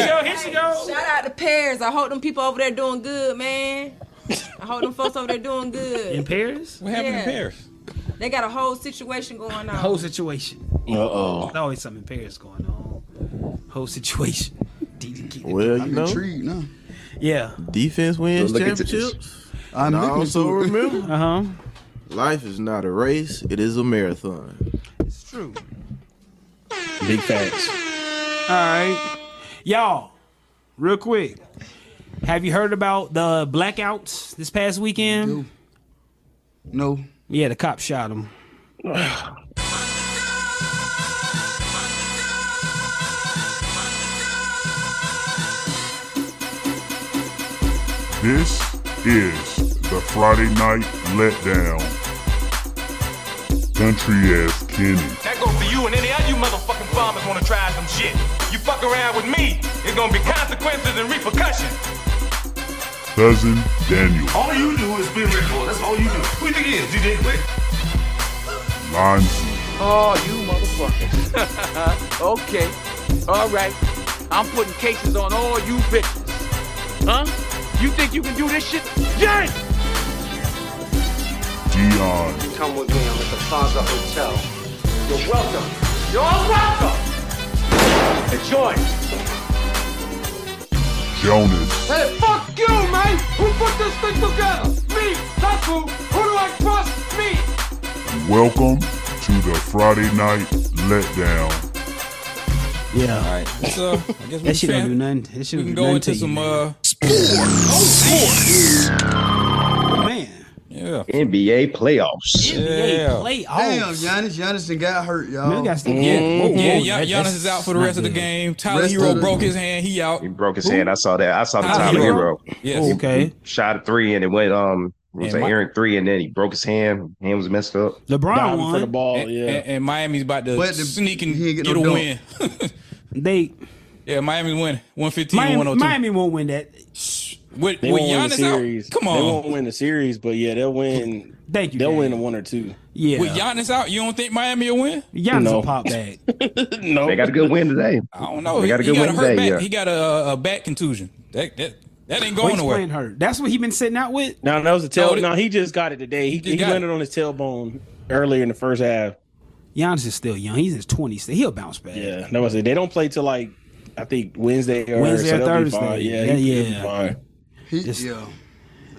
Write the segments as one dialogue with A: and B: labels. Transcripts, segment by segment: A: weeks ago.
B: Shout out to Paris. I hope them people over there doing good, man. I hope them folks over there doing
A: in
B: good.
A: Paris.
C: What happened
B: Yeah.
C: in Paris?
B: They got a whole situation going
A: The whole
B: on.
A: situation.
D: Uh oh.
A: There's always something in Paris going on. Whole situation. DJ Keaton.
D: Well, you
E: I'm
D: know,
E: intrigued now.
A: yeah.
D: defense wins
E: Look into this.
D: championships.
E: I'm
D: And I
E: looking
D: also
E: to it.
D: remember,
A: Uh huh.
D: life is not a race; it is a marathon.
A: It's true.
C: Big facts.
A: All right, y'all. Real quick, have you heard about the blackouts this past weekend?
E: No.
A: Yeah, the cop shot him.
F: This is the Friday Night Letdown. Country ass Kenny.
G: That goes for you and any other you motherfucking farmers wanna try some shit. You fuck around with me, it's gonna be consequences and repercussions.
F: Cousin Daniel.
G: All you do is spin record. That's all you do. Who you think it is, DJ Quick?
F: Lonzy.
H: Oh, you motherfuckers. okay. All right. I'm putting cases on all you bitches. Huh? You think you can do this shit? Yes!
F: Dion.
I: Come with me. I'm at the Plaza Hotel. You're welcome.
H: You're welcome!
I: Enjoy.
F: Jonas.
H: Hey, fuck you, man! Who put this thing together? Me! That's who! Who do I trust? Me!
F: Welcome to the Friday Night Letdown.
A: Yeah,
C: All right. So I guess we
A: that shit don't do
C: can,
A: nothing. That shit
C: we
A: don't do
C: can go
A: nothing to
C: into
A: you,
C: some.
A: man. Oh,
C: Uh,
A: man.
C: yeah.
I: NBA playoffs.
C: Yeah.
A: Play
E: Damn, Giannis. Giannis done got hurt, y'all.
A: got some-
C: Yeah,
A: Whoa, whoa,
C: yeah, Gian-
A: that-
C: Giannis
A: that's
C: is out for the
A: not
C: rest of the
A: good.
C: game. Tyler
E: Rest
C: Hero
E: of the-
C: broke his hand. He out.
I: He broke his hand. I saw that. I saw the
C: Tyler
I: Tyler
C: Hero?
I: Hero.
C: Yes.
A: Oh, okay.
I: Shot a three and it went um it was
C: Yeah,
I: an
C: my-
I: errant three and then he broke his hand. Hand was messed up.
A: LeBron
D: Diving for the
A: won.
D: ball,
C: And,
D: yeah.
C: and- and Miami's about to
E: But the-
C: sneak and
E: he ain't
C: get,
E: get no
C: a
E: dunk.
C: win.
A: They
C: yeah, Miami win 115
A: Miami,
C: 102.
A: Miami won't win that.
C: With,
J: They
C: with
J: won't win the
C: Giannis
J: series.
C: out, come
J: They won't
C: on.
J: win the series, but yeah, they'll win.
A: Thank you.
J: They'll
A: Dan.
J: win one or two.
A: Yeah,
C: With Giannis out, you don't think Miami will win?
A: Giannis
J: No.
A: a pop bag.
J: no,
I: They got a good win today.
C: I don't know.
I: They
C: He,
I: got a
C: he
I: good
C: got a
I: win
C: hurt
I: today,
C: back.
I: yeah.
C: He got a, a back contusion. That that that ain't
A: Oh, he's
C: going
A: playing
C: away.
A: hurt. That's what he been sitting out with.
J: No, that was a tail.
C: No, they-
J: No, he just got it today. He,
C: just
J: he
C: got
J: landed
C: it.
J: on his tailbone earlier in the first half.
A: Giannis is still young. He's in his twenties. He'll bounce back.
J: Yeah, that was it. They don't play till like I think Wednesday or
A: Wednesday
J: so
A: or
J: they'll be
A: Thursday.
J: fine. Yeah,
A: Yeah,
J: he- he'll
A: yeah.
J: Be fine.
E: He,
A: Just-
E: yeah.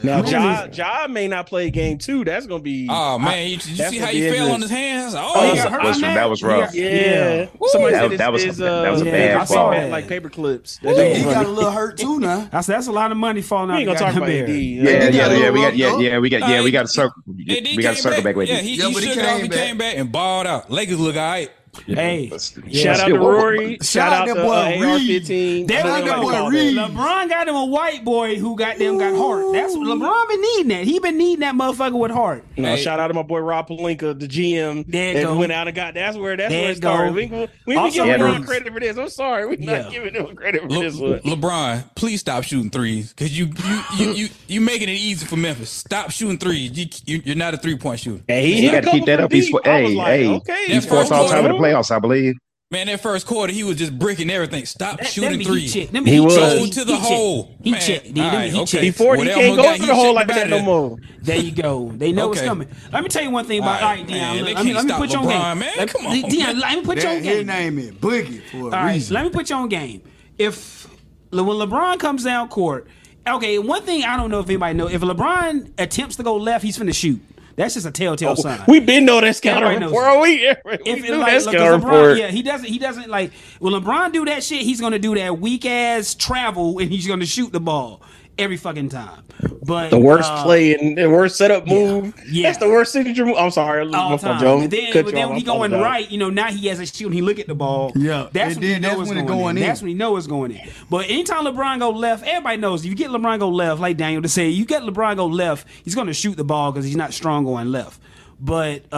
J: Now, Ja,
A: is-
J: ja may not play game two. That's gonna be.
C: Oh man, you, you
J: That's
C: see
J: gonna
C: how
J: be
C: he fell
J: injured.
C: on his hands? Oh,
I: Oh,
C: he
I: that's-
C: got hurt.
I: was-
A: man.
I: that was rough.
J: Yeah,
A: Yeah.
J: somebody
I: That
J: said
I: was-
J: it's,
I: that was a-
J: it's,
I: that was
A: a
J: uh,
A: bad
J: I saw
A: fall.
J: that like paper clips. That
E: He
J: they were
E: got a
J: running.
E: little hurt too now.
A: That's that's a lot of money falling
J: We
A: out.
J: ain't gonna
A: the
J: talk about E
A: goddamn bear.
I: Yeah,
J: AD.
E: he
I: yeah,
E: got a
I: yeah. We
E: little
I: got yeah,
E: rough,
I: yeah, we got yeah,
C: Uh,
I: we
C: he-
I: got to circle
C: Yeah, he
I: we got to
C: came
I: circle back, with
C: Yeah,
I: you.
C: he,
E: Yeah,
C: he
E: but he
C: shook it off.
E: came
C: He
E: back.
C: came back and balled out. Lakers look all right.
A: Hey,
J: Shout out
I: Yeah.
J: to Rory. Shout out
E: that
J: to
E: boy
J: uh, AR-15.
E: Reed.
A: That
E: Shout
J: I
E: out
J: don't
E: that
J: know
E: boy
J: about
E: Reed.
A: LeBron got him a white boy who got them got heart. That's what LeBron been needing that. He been needing that motherfucker with heart.
J: No,
C: Hey.
J: Uh, shout out to my boy Rob Palinka, the GM.
A: There it
J: that
A: go.
J: went out and got. That's where. That's
A: There
J: where
A: it
J: it started.
A: go.
J: We we- we
A: Also, um,
J: also, giving
I: yeah,
J: him
I: the-
J: credit for this. I'm sorry, we're
A: Yeah.
J: not giving him credit for
C: Le-
J: this one.
C: LeBron, please stop shooting threes because you you, you you you making it easy for Memphis. Stop shooting threes. You, you, you're not a three point shooter.
J: Hey, he
I: You
J: hit a
I: gotta
J: couple
I: keep that
J: from
I: up. He's
J: deep.
I: fo-
J: I was
I: hey,
J: like,
I: hey,
J: okay,
C: he's
J: that's
I: Fourth all
C: First
I: time in the
C: quarter.
I: playoffs, I believe.
C: Man, that first quarter he was just breaking everything. Stop
A: That,
C: shooting
A: that
C: threes.
A: He,
J: He was.
C: Go to the hole.
A: hole. He
C: man.
A: checked. dude.
C: All
A: Let me-
C: right,
A: he
C: okay.
A: checked.
J: Before he
C: Whatever
J: can't
C: guy
J: go to the hole
C: checked
J: like
C: about
J: that no
C: it.
J: more.
A: There you go. They know it's
C: Okay.
A: coming. Let me tell you one thing about all
C: All
A: right,
C: right,
A: Dion.
C: man, they
A: let, me,
C: can't
A: let me
C: stop
A: put you on
C: LeBron,
A: game.
C: man.
A: Let,
C: Come on.
A: Dion, let me put you on
E: That, his
A: game.
E: name is Boogie for a
A: All right,
E: reason.
A: let me put you on game. If when LeBron comes down court, okay. One thing I don't know if anybody know if LeBron attempts to go left, he's finna shoot. That's just a telltale sign.
J: We been know that scouting
A: Everybody knows
J: report. We, we
A: if it
J: knew
A: like,
J: that
A: look,
J: scouting
A: LeBron,
J: report.
A: yeah, he doesn't. He doesn't like when LeBron do that shit. He's gonna do that weak ass travel, and he's gonna shoot the ball every fucking time. But
J: The worst
A: uh,
J: play and the worst setup move.
A: yeah.
J: That's the worst signature move. I'm sorry,
A: all
J: my fault,
A: time.
J: Joe.
A: But then,
J: Cut
A: but
J: you
A: then
J: off.
A: when he
J: I
A: going
J: apologize.
A: right, you know, now he has a shoot and he look at the ball.
E: Yeah,
A: That's when
E: and
A: you
E: then
A: know
E: that's
A: it's
E: when it
A: going,
E: going
A: in.
E: in.
A: That's when you know it's going in. But anytime LeBron go left, everybody knows if you get LeBron go left, like Daniel to say, you get LeBron go left, he's gonna shoot the ball because he's not strong going left. But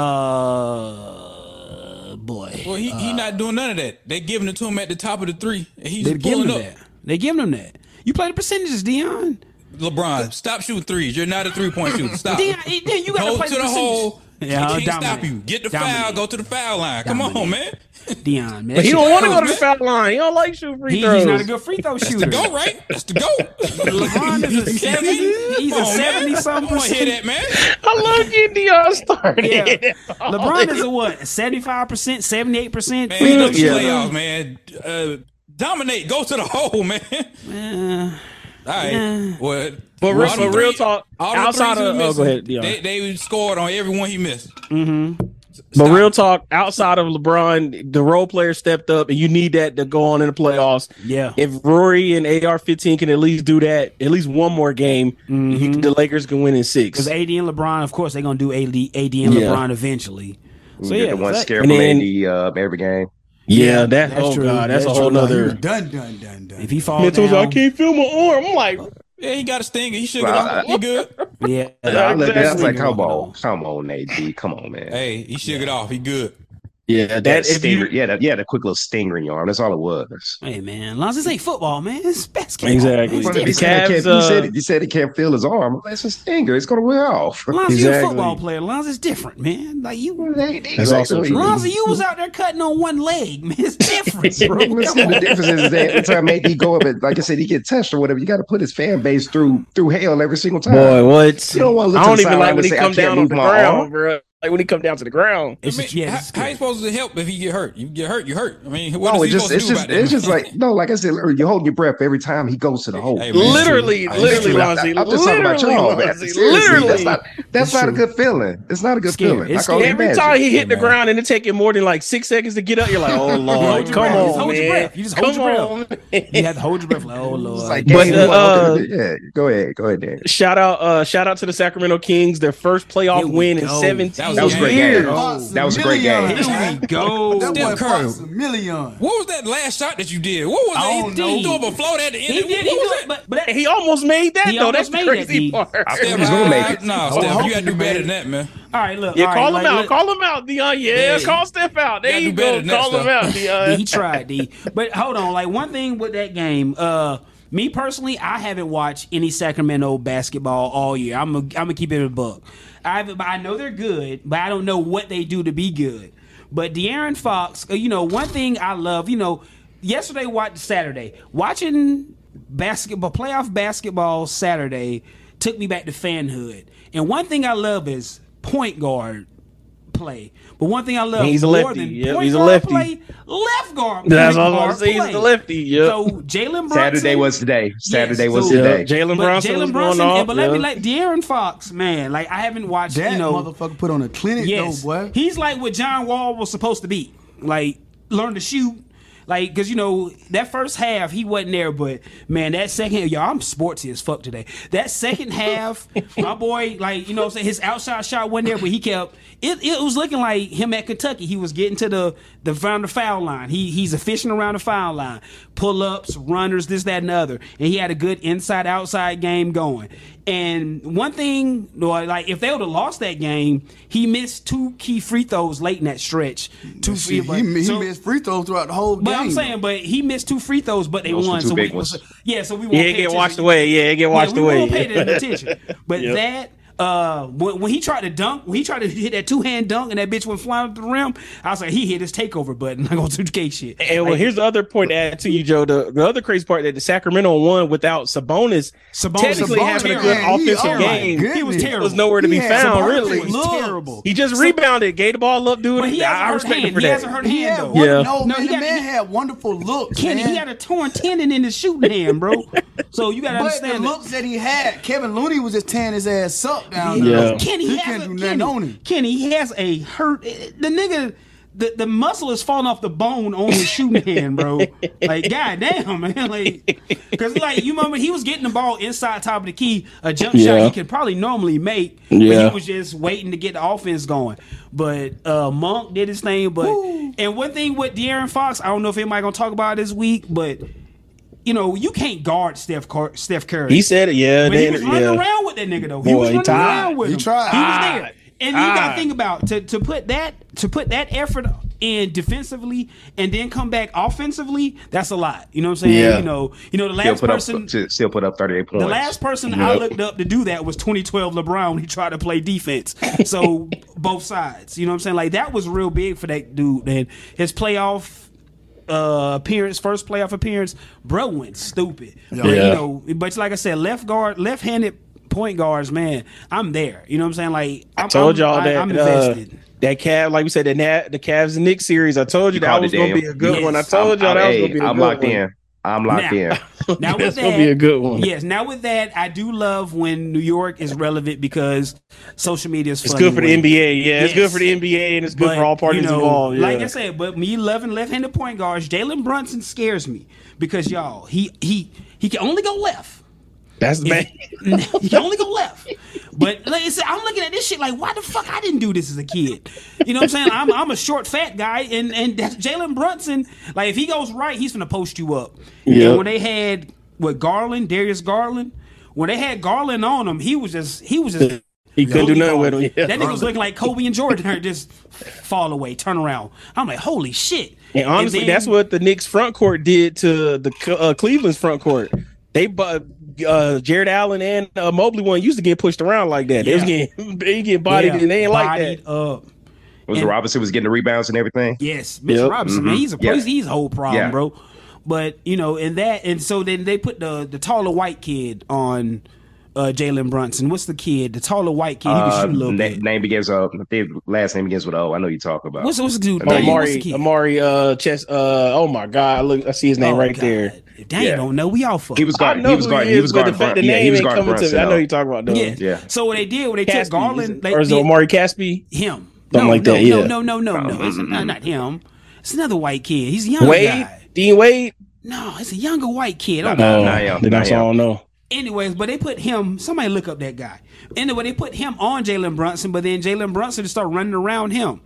A: uh boy.
C: Well, he, he not doing none of that. They giving it to him at the top of the three, and he's
A: They give
C: pulling
A: him
C: up.
A: that. They give him that. You play the percentages, Dion.
C: LeBron, stop shooting threes. You're not a three point shooter. Stop.
A: Dion, it- then you gotta
C: go
A: play
C: to
A: the
C: the
A: percentage.
C: hole.
A: Yeah,
C: he can't
A: dominate.
C: stop you. Get the
A: Dominate.
C: foul. Go to the foul line. Come
A: Dominate.
C: on, man.
A: Dion, man.
J: But he
A: Shit-
J: don't want to go to the foul line. He don't like shoot free
A: He-
J: throws.
A: he's not a good free throw shooter.
C: Go right. That's the go.
A: LeBron is a seven. He's a seventy something
C: I want to hear that,
A: percent.
C: man.
J: I love getting Dion started.
A: Yeah. LeBron is a what? Seventy five percent, seventy eight percent.
C: Oh, Man, you know the
D: Yeah.
C: playoffs, man. Uh, dominate. Go to the hole, man. All right. Well,
J: But real,
C: all them
J: but real
C: three-
J: talk,
C: all them
J: outside
C: threes
J: of
C: he was
J: oh, go
C: missing,
J: ahead, Dion.
C: They, they scored on everyone he missed.
J: but real talk, outside of LeBron, the role player stepped up, and you need that to go on in the playoffs.
A: Yeah.
J: If Rory and AR-15 can at least do that, at least one more game,
I: Mm-hmm.
J: you can- the Lakers can win in six.
A: Mm-hmm. Because AD and LeBron, of course, they're gonna do AD, AD and
J: Yeah.
A: LeBron eventually. So
I: get
A: yeah,
I: the one
A: that-
I: scare
J: and
I: from
J: then-
I: AD uh, every game.
J: Yeah, that.
A: that's
J: oh
A: true.
J: god, that's,
A: That's
J: a whole
A: true.
J: nother.
E: Done, done, done, done.
A: if he
I: Oh,
A: falls
J: Mitchell's
A: down,
J: like, I can't feel my arm. I'm like,
C: Yeah, he got a stinger. He shook
I: Well,
C: it off. He good.
A: yeah,
I: I looked at it, I was like,
A: Exactly.
I: come on, come on, AD, come on, man.
C: Hey, he shook it off. He good.
J: yeah,
I: that
J: that. If
I: stinger,
J: you,
I: yeah, that, yeah, the quick little stinger in your arm. That's all it was.
A: Hey man, long as this ain't football, man. It's basketball.
J: Exactly.
A: man. It's
J: Well,
I: He
A: different.
I: said, he
J: Cavs,
I: can't, he, said,
J: uh,
I: he said he can't feel his arm. That's a stinger. It's gonna wear off.
A: Lonzo, you a
J: Exactly.
A: football player. Lonzo is different, man. Like you,
I: That's
J: also true.
A: Lonzo, you was out there cutting on one leg, man. It's different, bro.
I: Well, that's the difference is that every time AD go up and like I said, he get touched or whatever, you got to put his fan base through through hell every single time.
J: boy, what?
I: You don't wanna look
J: I
I: to
J: don't
I: the
J: even
I: sideline
J: like
I: and
J: when he
I: say, I
J: come
I: can't
J: down on
I: move
J: the
I: my
J: ground,
I: arm.
J: bro. Like when he come down to the ground.
A: It's
C: I mean,
A: just, yeah, it's
C: how, how you
A: good.
C: supposed to help if he get hurt? You get hurt, you hurt. I mean, what
I: No,
C: is
I: it's
C: he
I: just it's
C: supposed to do
I: just
C: about that?
I: it's just like no, like I said, you're holding your breath every time he goes to the hole.
C: Hey, man.
J: Literally,
C: It's
J: literally,
C: true.
J: Lonzy.
I: I'm just talking about
J: Literally,
I: y'all, man.
J: Lonzy,
I: Seriously, that's
J: Literally.
I: not that's not a good feeling. It's not a good
A: Scary.
I: feeling.
A: It's
I: I can only
J: Every
I: imagine.
J: time he hit the
C: Yeah, man.
J: ground and it take him more than like six seconds to get up, you're like, oh lord,
A: your
J: come
A: breath. Just
J: on,
A: hold your
J: man,
A: breath. You just hold
J: come
A: your
J: on.
A: You had to hold your breath, like, oh lord.
I: It's like,
J: But,
I: game
J: uh,
I: one, okay, yeah, go ahead, go ahead, Dan.
J: Shout out, uh, shout out to the Sacramento Kings, their first
A: Here
J: playoff
A: we
J: win in
A: go.
C: That
J: 17
C: was a great
J: years.
I: game.
E: Fox
I: That was a great
E: million.
I: game.
A: Here we go.
E: That
C: Steph
E: boy
C: Curry.
E: Fox a million.
C: What was that last shot that you did? What was
A: I
C: that?
A: don't
C: He
A: know.
C: did throw up a float at the end.
A: He did, he
C: What was
A: did,
C: that?
A: but but that,
J: He almost made that
A: He
J: though.
A: almost
J: That's the
A: made that,
J: crazy
A: D.
J: part.
I: I think
C: Steph,
I: he's gonna make it.
C: No, Steph, you gotta do better than that, man.
A: all right, look,
J: Yeah,
A: all right,
J: call
A: like,
J: him out.
A: look-
J: Call him out, Dion. Yeah,
C: Yeah.
J: call Steph out. There
C: Gotta
J: you
C: do better
J: go.
C: than that
J: Call him out,
C: stuff.
A: Yeah,
J: Dion.
A: he tried D. But hold on, like one thing with that game, uh me personally, I haven't watched any Sacramento basketball all year. I'm a, I'm gonna keep it a buck. I haven't- but I know they're good, but I don't know what they do to be good. But De'Aaron Fox, uh, you know, one thing I love, you know, yesterday watch Saturday watching basketball playoff basketball Saturday took me back to fanhood. And one thing I love is point guard play. But one thing I love
J: He's a
A: more
J: lefty.
A: than
J: Yep,
A: point
J: he's a
A: guard
J: lefty.
A: play, left guard.
J: That's
A: point
J: all I'm
A: guard
J: saying. He's
A: play.
J: the lefty, yep.
A: So Jalen Brunson.
I: Saturday was today. Saturday was
A: so-
I: today.
J: Yeah,
A: but
J: Jalen Brunson was
A: Jalen
J: going
A: Brunson.
J: off.
A: and- But let me
J: yeah.
A: like De'Aaron Fox, man. Like I haven't watched.
E: That
A: you know,
E: motherfucker put on a clinic
A: yes,
E: though, boy.
A: he's like what John Wall was supposed to be. Like learn to shoot. Like, cause you know that first half he wasn't there, but man, that second y'all, I'm sportsy as fuck today. That second half, my boy, like you know, what I'm saying his outside shot wasn't there, but he kept. It, it was looking like him at Kentucky. He was getting to the the around the foul line. He he's efficient around the foul line, pull ups, runners, this that and the other, and he had a good inside outside game going. And one thing, or, like if they would have lost that game, he missed two key free throws late in that stretch. Two free,
E: Shit, he, mi- he missed free throws throughout the whole game.
A: but I'm saying, but he missed two free throws, but they
I: Those were
A: won.
I: two
A: so
I: big
A: we,
I: ones.
A: Yeah, so we won't
J: yeah,
A: pay
J: it get
A: attention.
J: washed away. Yeah, it get washed
A: yeah, we
J: away.
A: won't pay that attention. But
J: Yep.
A: that. Uh, when, when he tried to dunk, when he tried to hit that two hand dunk and that bitch went flying up the rim, I was like, he hit his takeover button. Like on 2K shit.
J: And well,
A: Like,
J: here's the other point to add to you, Joe. The, the other crazy part that the Sacramento won without Sabonis,
A: Sabonis-
J: technically
A: Sabonis
J: having a good
A: terrible.
E: He-
J: offensive
E: oh my
J: game,
E: goodness.
A: he was terrible.
J: was nowhere to be
E: Yeah,
J: found.
E: Sabonis
J: Really,
E: was terrible.
J: he just rebounded, gave the ball up, dude.
A: but he
J: I
A: has a hurt
J: respect him
A: hand.
J: for
A: He has a
J: that.
A: hurt
E: He
A: hand
E: had
A: though.
E: one,
J: Yeah.
E: no,
A: No,
E: man,
A: he
E: the
A: got-
E: man
A: he-
E: had wonderful looks.
A: Kenny,
E: man.
A: he had a torn tendon in his shooting hand, bro. So you gotta
E: but the
A: understand. that-
E: looks that he had, Kevin Looney was just tearing his ass up down there.
J: Yeah.
A: Kenny
E: He
A: has
E: can't
A: a,
E: do
A: Kenny,
E: nothing on him.
A: Kenny, he has a hurt. The nigga, the, the muscle is falling off the bone on his shooting hand, bro. Like, goddamn, man. Like, because like you remember, he was getting the ball inside top of the key, a jump shot
J: Yeah.
A: he could probably normally make. But
J: Yeah.
A: he was just waiting to get the offense going. But uh Monk did his thing. But and one thing with De'Aaron Fox, I don't know if anybody gonna talk about it this week, but. You know, you can't guard Steph Car- Steph Curry.
J: He said it. Yeah,
A: But he
J: they-
A: was running
J: yeah.
A: around with that nigga though. he
J: Boy,
A: was
J: he
A: running
J: tried.
A: around with
E: He
A: him.
E: tried.
A: He was there. And you
J: Ah.
A: gotta think about to to put that to put that effort in defensively and then come back offensively, that's a lot. You know what I'm saying?
I: Yeah.
A: You know, you know the
I: Still
A: last
I: put,
A: person
I: up, to- still put up 38 points.
A: the last person I
I: Yep.
A: looked up to do that was 2012 LeBron when he tried to play defense. So both sides, you know what I'm saying? Like that was real big for that dude. And his playoff uh, appearance, first playoff appearance, bro went stupid. But,
I: Yeah.
A: You know, but like I said, left guard, left-handed point guards, man, I'm there. You know what I'm saying? Like I'm,
J: I told y'all
A: I'm- I-
J: that
A: I'm
J: uh,
A: invested.
J: that Cav, like we said, the Na- the Cavs and Knicks series. I told you,
I: You
J: that
I: called
J: was
I: it,
J: gonna be
I: Daniel.
J: a good one. I
A: Yes.
J: told y'all that was gonna
I: hey,
J: be a
I: I'm
J: good
I: locked
J: one.
I: in. I'm locked
A: Now.
I: in.
A: Now with
J: That's
A: that,
J: gonna be a good one.
A: Yes. Now with that, I do love when New York is relevant because social media is.
J: It's
A: fun
J: good for the
A: anyway.
J: NBA. Yeah, it's good for the
A: Yes.
J: NBA and it's good
A: But,
J: for all parties
A: you know,
J: involved.
A: Like
J: yeah.
A: I said, but me loving left-handed point guards, Jalen Brunson scares me because y'all he he he can only go left.
J: that's bad.
A: he can only go left. But like I said, I'm looking at this shit like, why the fuck I didn't do this as a kid? You know what I'm saying? I'm, I'm a short, fat guy, and and that's Jalen Brunson. Like if he goes right, he's gonna post you up.
J: Yeah.
A: And when they had with Garland, Darius Garland, when they had Garland on him, he was just he was just
J: He couldn't do nothing with him. Yeah.
A: that nigga was looking like Kobe and Jordan or just fall away, turn around. I'm like, holy shit.
J: And honestly,
A: then-
J: that's what the Knicks front court did to the C- uh, Cleveland's front court. They bu- uh, Jared Allen and uh, Mobley one used to get pushed around like that. They was
A: Yeah.
J: getting they get bodied
A: Yeah,
J: and they ain't like that.
A: bodied Up.
I: Was
A: And-
I: Robinson was getting the rebounds and everything?
A: Yes, Mitch
J: Yep.
A: Robinson, man, he's a
I: mm-hmm. Yeah.
A: he's he's a whole problem,
I: Yeah.
A: bro. But you know, and that and so then they put the the taller white kid on uh Jalen Brunson. What's the kid? The taller white kid. He can
I: Uh,
A: shoot a little
I: na-
A: bit.
I: name begins uh, their last name begins with O. I know you talk about.
A: What's what's the dude?
I: Oh,
A: name? What's the
J: Amari,
A: kid?
J: Amari, uh, chess. Uh, oh my God, look, I see his name
A: Oh,
J: right
A: God.
J: there.
A: If Dang,
I: Yeah.
A: don't know. We all fucked.
I: he was
J: I
I: guarding.
J: know
I: He was
J: who
I: guarding.
J: he
I: He
J: is,
I: was
J: but the
I: guarding.
J: fa- the
I: Bron- Yeah, he
J: name
I: was
J: ain't
I: guarding
J: coming to me.
I: Brunson.
J: I know
I: though.
J: you talking about though.
A: yeah.
I: Yeah.
A: So what they did when they
J: Caspi,
A: took Garland,
J: is it-
A: they
J: or is it
A: did-
J: Amari Caspi?
A: him.
J: Something
A: no,
J: like
A: no,
J: that,
A: No,
J: yeah.
A: no, no, no, no. It's not, not him. It's another white kid. He's a young
J: Wade,
A: guy.
J: Dean Wade.
A: No, it's a younger white kid. Oh,
J: No,
I: Nah, yeah,
J: then
I: nah,
J: that's all I don't know.
A: Anyways, but they put him. Somebody look up that guy. Anyway, they put him on Jalen Brunson, but then Jalen Brunson started running around him.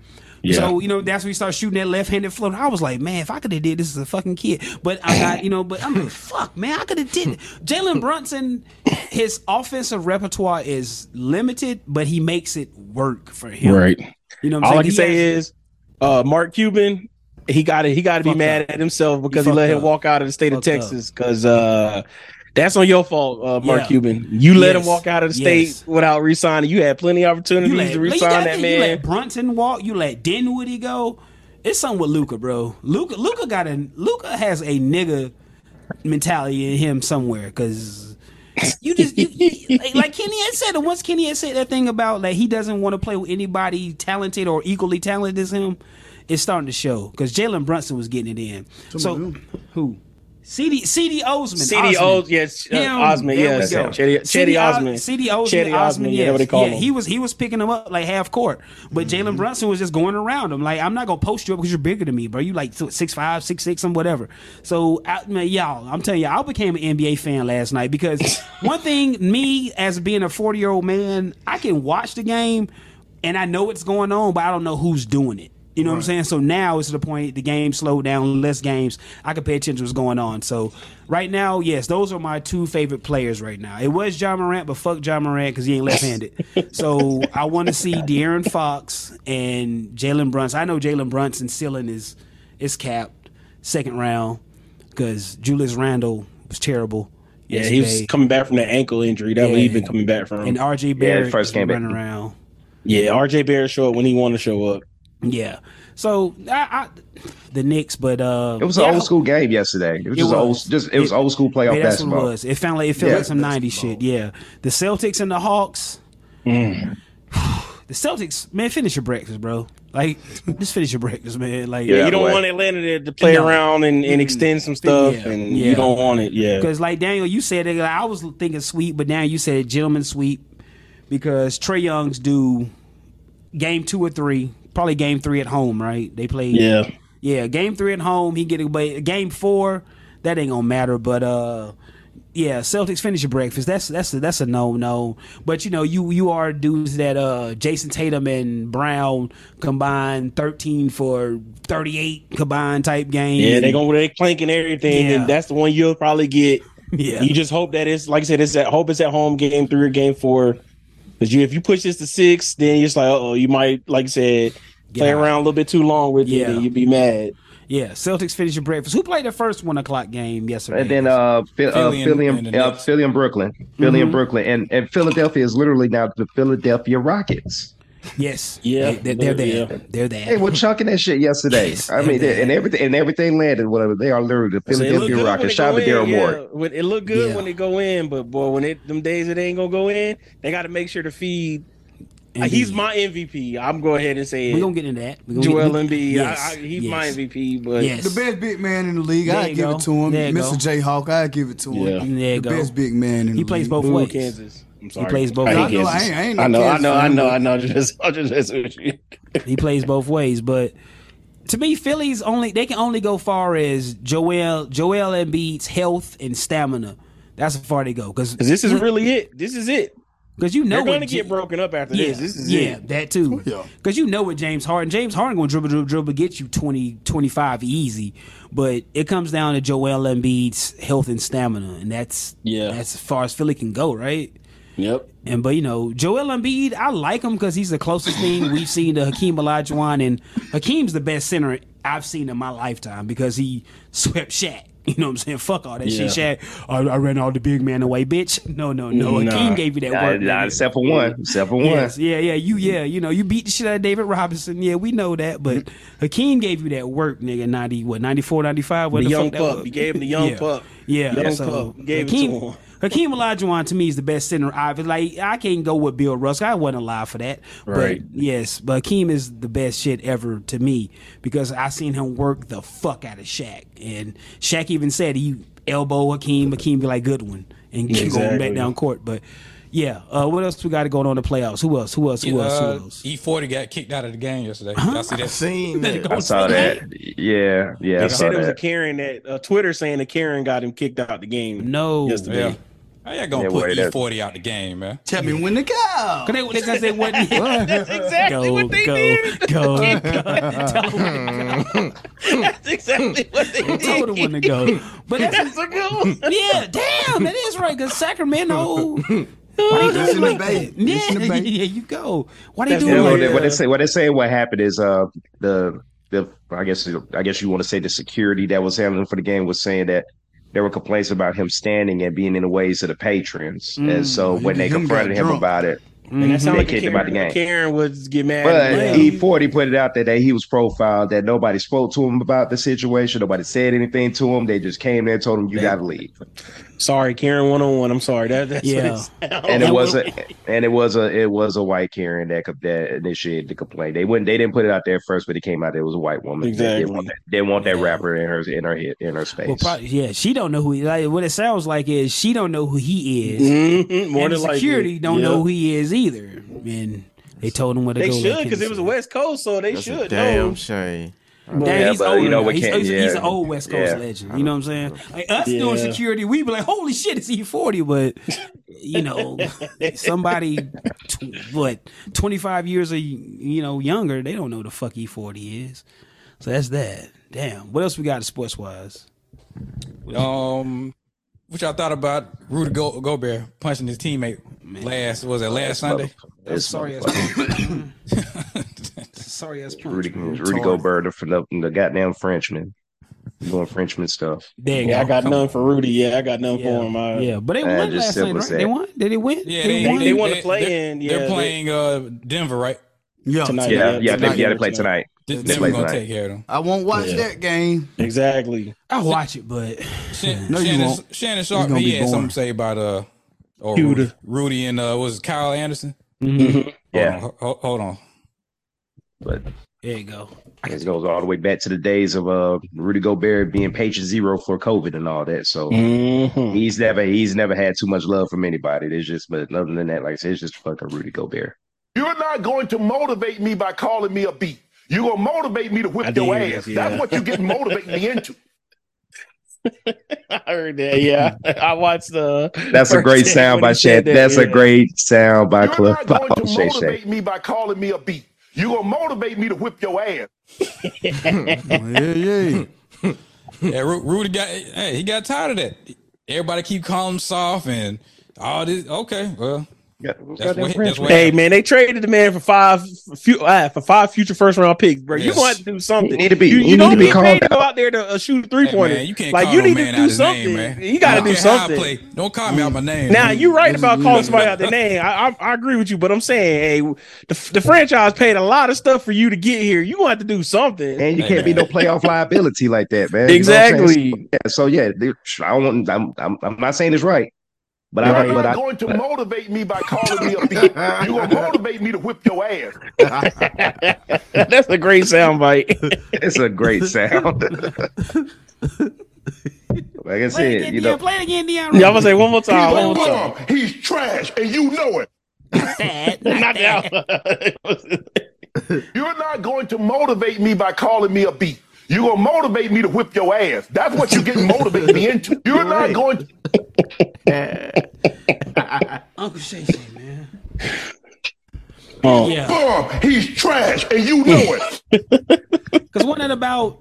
A: So you know that's when he started shooting that left-handed floater. I was like, man, if I could have did this as a fucking kid, but I got you know, but I'm like, fuck, man, I could have did. it. Jalen Brunson, his offensive repertoire is limited, but he makes it work for him.
J: Right.
A: You know, what I'm
J: All
A: saying?
J: I can say is, uh, Mark Cuban, he got to he got to be
A: Fucked
J: mad
A: up.
J: at himself because he,
A: fucked
J: let him
A: up.
J: walk out of the state
A: Fucked
J: of
A: up.
J: Texas because uh, that's on your fault, uh, Mark
A: Yeah.
J: Cuban. You let him
A: Yes.
J: walk out of the
A: Yes.
J: state without resigning. You had plenty of opportunities
A: You let,
J: to
A: like, you,
J: resign
A: got-
J: that
A: you let
J: man.
A: Brunson walk. You let Dinwiddie go. It's something with Luca, bro. Luca, Luca got a Luca has a nigga mentality in him somewhere because you just you, you- like, like Kenny had said. And once Kenny had said that thing about like he doesn't want to play with anybody talented or equally talented as him, it's starting to show because Jalen Brunson was getting it in. so who? CD CD Osman.
J: CD
A: Osman.
J: Os- yes, uh,
A: Him. There
J: Osman,
A: we
J: yes,
A: go.
J: Chetty- Chetty
A: CD Os-
J: Osman.
A: CD Osman,
J: Chetty Osman, yeah,
A: yes.
J: that's what they call
A: Yeah,
J: him. Mm-hmm.
A: he was he was picking him up like half court, but Jalen Brunson was just going around him. Like I'm not gonna post you up because you're bigger than me, bro. You like six five, six six, and whatever. So I, man, y'all, I'm telling y'all, I became an NBA fan last night because one thing, me as being a 40 year old man, I can watch the game and I know what's going on, but I don't know who's doing it. You know what I'm saying? So now it's to the point the game slowed down, less games. I can pay attention to what's going on. So right now, yes, those are my two favorite players right now. It was John Morant, but fuck John Morant because he ain't left handed. so I want to see De'Aaron Fox and Jalen Brunson. I know Jalen Brunson ceiling is is capped second round because Julius Randle was terrible.
J: Yeah, he was
A: yesterday.
J: coming back from that ankle injury. That what
A: Yeah.
J: he's been coming back from.
A: and RJ Barrett
I: first
A: first came
I: came back.
A: running around.
J: yeah, RJ Barrett show up when he want to show up.
A: Yeah. So I, I the Knicks, but uh
I: It was
A: yeah,
I: an old school game yesterday. It was
A: It
I: just an old,
A: was.
I: just it was old school playoff
A: Yeah, that's
I: basketball.
A: what it was. It found like it felt
I: Yeah.
A: like some '90s shit. Yeah, the Celtics and the Hawks.
I: Mm.
A: the Celtics, man, finish your breakfast, bro. Like, just finish your breakfast, man. Like,
I: Yeah.
J: you don't
I: boy.
J: want Atlanta to, to play
A: No.
J: around and, and extend some stuff,
A: Yeah.
J: and
A: Yeah.
J: you don't want it. Yeah,
A: Because like Daniel, you said it. Like, I was thinking sweep, but now you said gentleman sweep because Trey Young's do game two or three, probably game three at home, right? They play.
J: yeah.
A: yeah. Game three at home, he get it, but game four that ain't gonna matter. But uh, yeah, Celtics finish your breakfast. That's that's a, that's a no no. But you know you you are dudes that uh Jason Tatum and Brown combined thirteen for thirty eight combined type game.
J: Yeah, they're gonna they planking everything,
A: Yeah.
J: and that's the one you'll probably get.
A: yeah.
J: You just hope that it's like I said, it's at hope it's at home game three or game four. Because you if you push this to six, then it's like, oh, you might like I said, Play
A: out.
J: around a little bit too long with
A: Yeah.
J: it, then you'd be mad.
A: Yeah, Celtics finish your breakfast. Who played the first one o'clock game yesterday?
I: And then uh, Phil, uh,
C: Philly and-
I: Philly, and,
C: and the
I: uh,
C: Knicks.
I: Philly and Brooklyn, Philly and Brooklyn, and and Philadelphia is literally now the Philadelphia Rockets.
A: yes,
J: Yeah,
A: they, are
J: yeah.
A: there. They're there.
I: They were chunking that shit yesterday.
A: Yes,
I: I mean,
A: they-
I: they- and everything and everything landed. Whatever they are literally the
J: So it look
I: Philadelphia
J: good when
I: Rockets.
J: it
I: Shout out
J: go
I: to Daryl
J: in, yeah.
I: Morey.
J: When it look good
A: Yeah.
J: when it go in, but boy, when it them days it ain't gonna go in, they got to make sure to feed. Uh, he's
A: Embiid.
J: my MVP. I'm go ahead and say
A: We're
J: it.
A: gonna get into that. We're gonna
J: Joel
A: get,
J: Embiid.
A: Yes,
J: I, I, he's
A: yes.
J: my MVP, but
A: Yes.
E: The best big man in the league.
A: There
E: I
A: you
E: give
A: go.
E: it to him.
A: There you go.
E: Mr. J Hawk, I give it to him.
J: Yeah.
A: There you
E: the
A: go.
E: best big man in the
A: he plays
E: league.
A: both
J: Boo,
A: ways.
J: Kansas. I'm sorry.
A: plays both
J: I hate
A: ways.
E: No, I
J: Kansas.
E: ain't, I ain't no
H: I know, I
E: Kansas
H: know,
E: fan,
H: I know,
E: but-
H: I know. Just, I just, just
A: He plays both ways, but to me, Philly's only they can only go far as Joel Joel Embiid's health and stamina. That's how far they go because
J: 'Cause this is really it. This is it.
A: because you know
J: They're
A: what
J: gonna
A: J-
J: get broken up after
A: Yeah,
J: this. This is
A: yeah,
J: it.
A: that too.
E: Yeah.
A: Because you know what James Harden, James Harden gonna dribble, dribble, dribble, get you 20, 25 easy. But it comes down to Joel Embiid's health and stamina, and that's
J: Yeah.
A: that's as far as Philly can go, right?
J: Yep.
A: And but you know, Joel Embiid, I like him because he's the closest thing we've seen to Hakeem Olajuwon, and Hakeem's the best center I've seen in my lifetime because he swept Shaq. You know what I'm saying? Fuck all that shit, Shaq. "Oh, I, I ran all the big man away, bitch. No, no, no.
J: Nah.
A: Hakeem gave you that
I: Nah,
A: work.
I: nah,
A: nigga.
I: except for one, except for one.
A: Yes, yeah, yeah. You, yeah, you know, you beat the shit out of David Robinson. Yeah, we know that. But
J: Mm-hmm.
A: Hakeem gave you that work, nigga. Ninety what? 94, 95? What
J: The
A: the
J: young
A: fuck that
J: pup.
A: was?
J: He gave him the young
A: yeah.
J: pup.
A: Yeah,
J: Young
A: so
J: pup. Gave it
A: Hakeem,
J: to him.
A: Hakeem Olajuwon to me is the best center I've like. I can't go with Bill Rusk. I wasn't alive for that.
J: Right.
A: But yes, but Hakeem is the best shit ever to me because I seen him work the fuck out of Shaq, and Shaq even said he elbow Hakeem. Hakeem be like good one and keep going back
J: Exactly.
A: down court, but. Yeah. Uh, what else we got to go on in the playoffs? Who else? Who else? Who else? Who
C: Uh,
A: else?
C: E40 got kicked out of the game yesterday. Y'all see that?
D: Seen that.
I: I saw that. Yeah, yeah, I
J: They
I: saw
J: said it was a
I: that.
J: Karen that uh, Twitter saying that Karen got him kicked out the game.
A: No.
J: yesterday.
C: Yeah. How y'all gonna
I: Yeah,
C: put
I: wait, that-
C: E40 out the game, man?
E: Tell me when to go.
A: Cause they, because they wasn't.
J: That's exactly
A: go,
J: what they
A: go,
J: did.
A: go, go. Tell them
J: That's exactly what they did.
A: told them when to go. But that's,
J: That's a good one.
A: yeah, damn, that is right. Cause Sacramento, why they
E: It's in
A: doing
E: the
A: like
E: bay.
A: that?
E: It's in
A: Yeah,
E: the bay.
A: yeah, you go. Why they
J: That's
A: doing
I: Yeah,
A: like
I: what,
J: what
I: they,
A: that?
I: what they say, what they say, what happened is uh the the I guess I guess you want to say the security that was handling for the game was saying that there were complaints about him standing and being in the ways of the patrons,
J: Mm.
I: and so when they
E: him got
I: confronted him
E: drunk.
I: about it,
A: Mm-hmm.
J: And that sounded
I: Mm-hmm. They
J: like
I: kicked
J: a
I: him out the
J: Karen,
I: game.
J: a Karen was get mad.
I: but
J: at him.
I: E forty put it out there that he was profiled, that nobody spoke to him about the situation, nobody said anything to him, they just came there and told him you got to leave,
A: Oh,
J: sorry, Karen one on one. I'm sorry. That that's
A: Yeah.
J: what it sounds
I: and
J: like.
I: it was a and it was a it was a white Karen that co- that initiated the complaint. They wouldn't they didn't put it out there first, but it came out there was a white woman. They
J: Exactly.
I: didn't want that, they didn't want that rapper in her in her head- in her space.
A: Well, probably, yeah, she don't know who. He, like, what it sounds like is she don't know who he is,
J: Mhm, more
A: and the
J: than likely.
A: security don't
J: Yeah.
A: know who he is either. And they told him where to
J: They
A: go. like
J: should because
A: Kenny
J: it
A: said.
J: was the West Coast, so they
D: That's a
J: should
D: damn
J: know.
D: shame.
A: Damn,
I: Yeah,
A: he's
I: but,
A: old.
I: you know, we
A: he's,
I: can't-
A: he's, he's an
I: yeah.
A: old West Coast
I: Yeah.
A: legend. You know what I'm saying? Like us doing
J: Yeah.
A: security, we be like, "Holy shit, it's E40!" But you know, somebody tw- what 25 years or you know younger, they don't know the fuck E40 is. So that's that. Damn. What else we got sports wise?
C: Um, what y'all thought about Rudy Go- Gobert punching his teammate last? Was it last Sunday?
I: It's
A: Sorry,
I: motherfucker.
A: as sorry as punch.
I: Rudy,
A: man.
I: Rudy Gobert from the, from the goddamn Frenchman doing Frenchman stuff.
A: There you
J: Yeah, I
A: go.
J: got none for Rudy. Yeah, I got none
A: Yeah.
J: for him. I,
A: yeah, but they
I: Man,
A: won
I: just
A: last night,
I: simple
A: right?
I: set.
A: They won. Did they win?
C: Yeah,
A: they,
C: they,
A: won.
J: they won the
C: they-
J: play-in, yeah,
C: they're
J: they-
C: playing uh, Denver, right?
E: Yeah.
J: Tonight.
I: Yeah, yeah, they, yeah, they
J: tonight.
I: play tonight.
C: Denver
I: They play
C: gonna
I: tonight.
C: take care of them.
E: I won't watch
J: Yeah.
E: that game.
J: exactly.
A: I watch it, but
C: Shan-
E: No, you
C: Shannon,
E: won't.
C: Shannon
E: He's
C: Sharp,
E: gonna
C: he
E: be
C: had something
E: boring.
C: to say about uh, or
J: Dude.
C: Rudy, Rudy and uh, was it Kyle Anderson?
A: Mm-hmm.
C: Hold
I: Yeah,
C: on, ho- hold on.
I: but
A: there you go.
I: it goes all the way back to the days of uh, Rudy Gobert being patient zero for COVID and all that. So
J: Mhm.
I: he's never he's never had too much love from anybody. It's just, but other than that, like I said, it's just fucking Rudy Gobert.
F: You're not going to motivate me by calling me a beat. You're going to motivate me to
J: I
F: whip
J: did
F: your
J: hear
F: ass.
J: that, yeah.
F: That's what you get motivating me into.
J: I heard that. Yeah, I watched the.
I: That's a
J: first
I: great
J: half
I: sound
J: when
I: by
J: he
I: Chet.
J: said that,
I: That's a
J: yeah.
I: great sound by
F: You're
I: Cliff.
F: not going to
I: Shay Shay.
F: motivate me by calling me a beat. You're going to motivate me to whip your ass.
E: yeah, yeah.
C: Yeah, Ru- Rudy got hey, he got tired of that. Everybody keep calling him soft and all this. Okay, well, That's way, that's way
J: Hey man, they traded the man for five few, uh, for five future first round picks, bro. You
C: Yes.
J: gonna have to do something.
I: need to be-
J: You,
I: he
J: you
I: need
J: don't
I: to be
J: get
I: called
J: paid to
I: out.
J: go out there to uh, shoot a three
C: Hey,
J: pointer.
C: man, you can't
J: like
C: call
J: you
C: no
J: need
C: man
J: to
C: out
J: do
C: his
J: something.
C: name, man.
J: You got
C: I
J: to
C: don't
J: do
C: care how I
J: something. Mm.
C: play. Don't call me out my name.
J: Now
C: man.
J: you're right about calling somebody out their name. I, I I agree with you, but I'm saying, hey, the, the franchise paid a lot of stuff for you to get here. You gonna have to do something.
I: And you can't be no playoff liability like that, man. You know what I'm saying?
J: exactly.
I: Yeah, so yeah, they- I don't want. I'm, I'm, I'm not saying it's right, but
F: You're
I: I,
F: not
I: but I,
F: going to motivate me by calling me a beat. You're going to motivate me to whip your ass.
J: That's a great soundbite.
I: it's a great sound. like I
A: Play it
I: said,
A: again,
I: you
A: Dion.
I: know,
A: Play it again, Dion.
J: yeah, I'm gonna say one more time.
F: He's
J: One
F: a
J: more time.
F: bum. He's trash, and you know it.
A: Sad, not
J: Knock it
A: bad.
J: out.
F: You're not going to motivate me by calling me a beat. You're going to motivate me to whip your ass. That's what you get motivated me into. You're not
D: right.
F: going to.
A: Uncle Shay Shay, man.
J: Oh.
A: Yeah.
F: Bum. He's trash, and you know it.
A: Because wasn't it about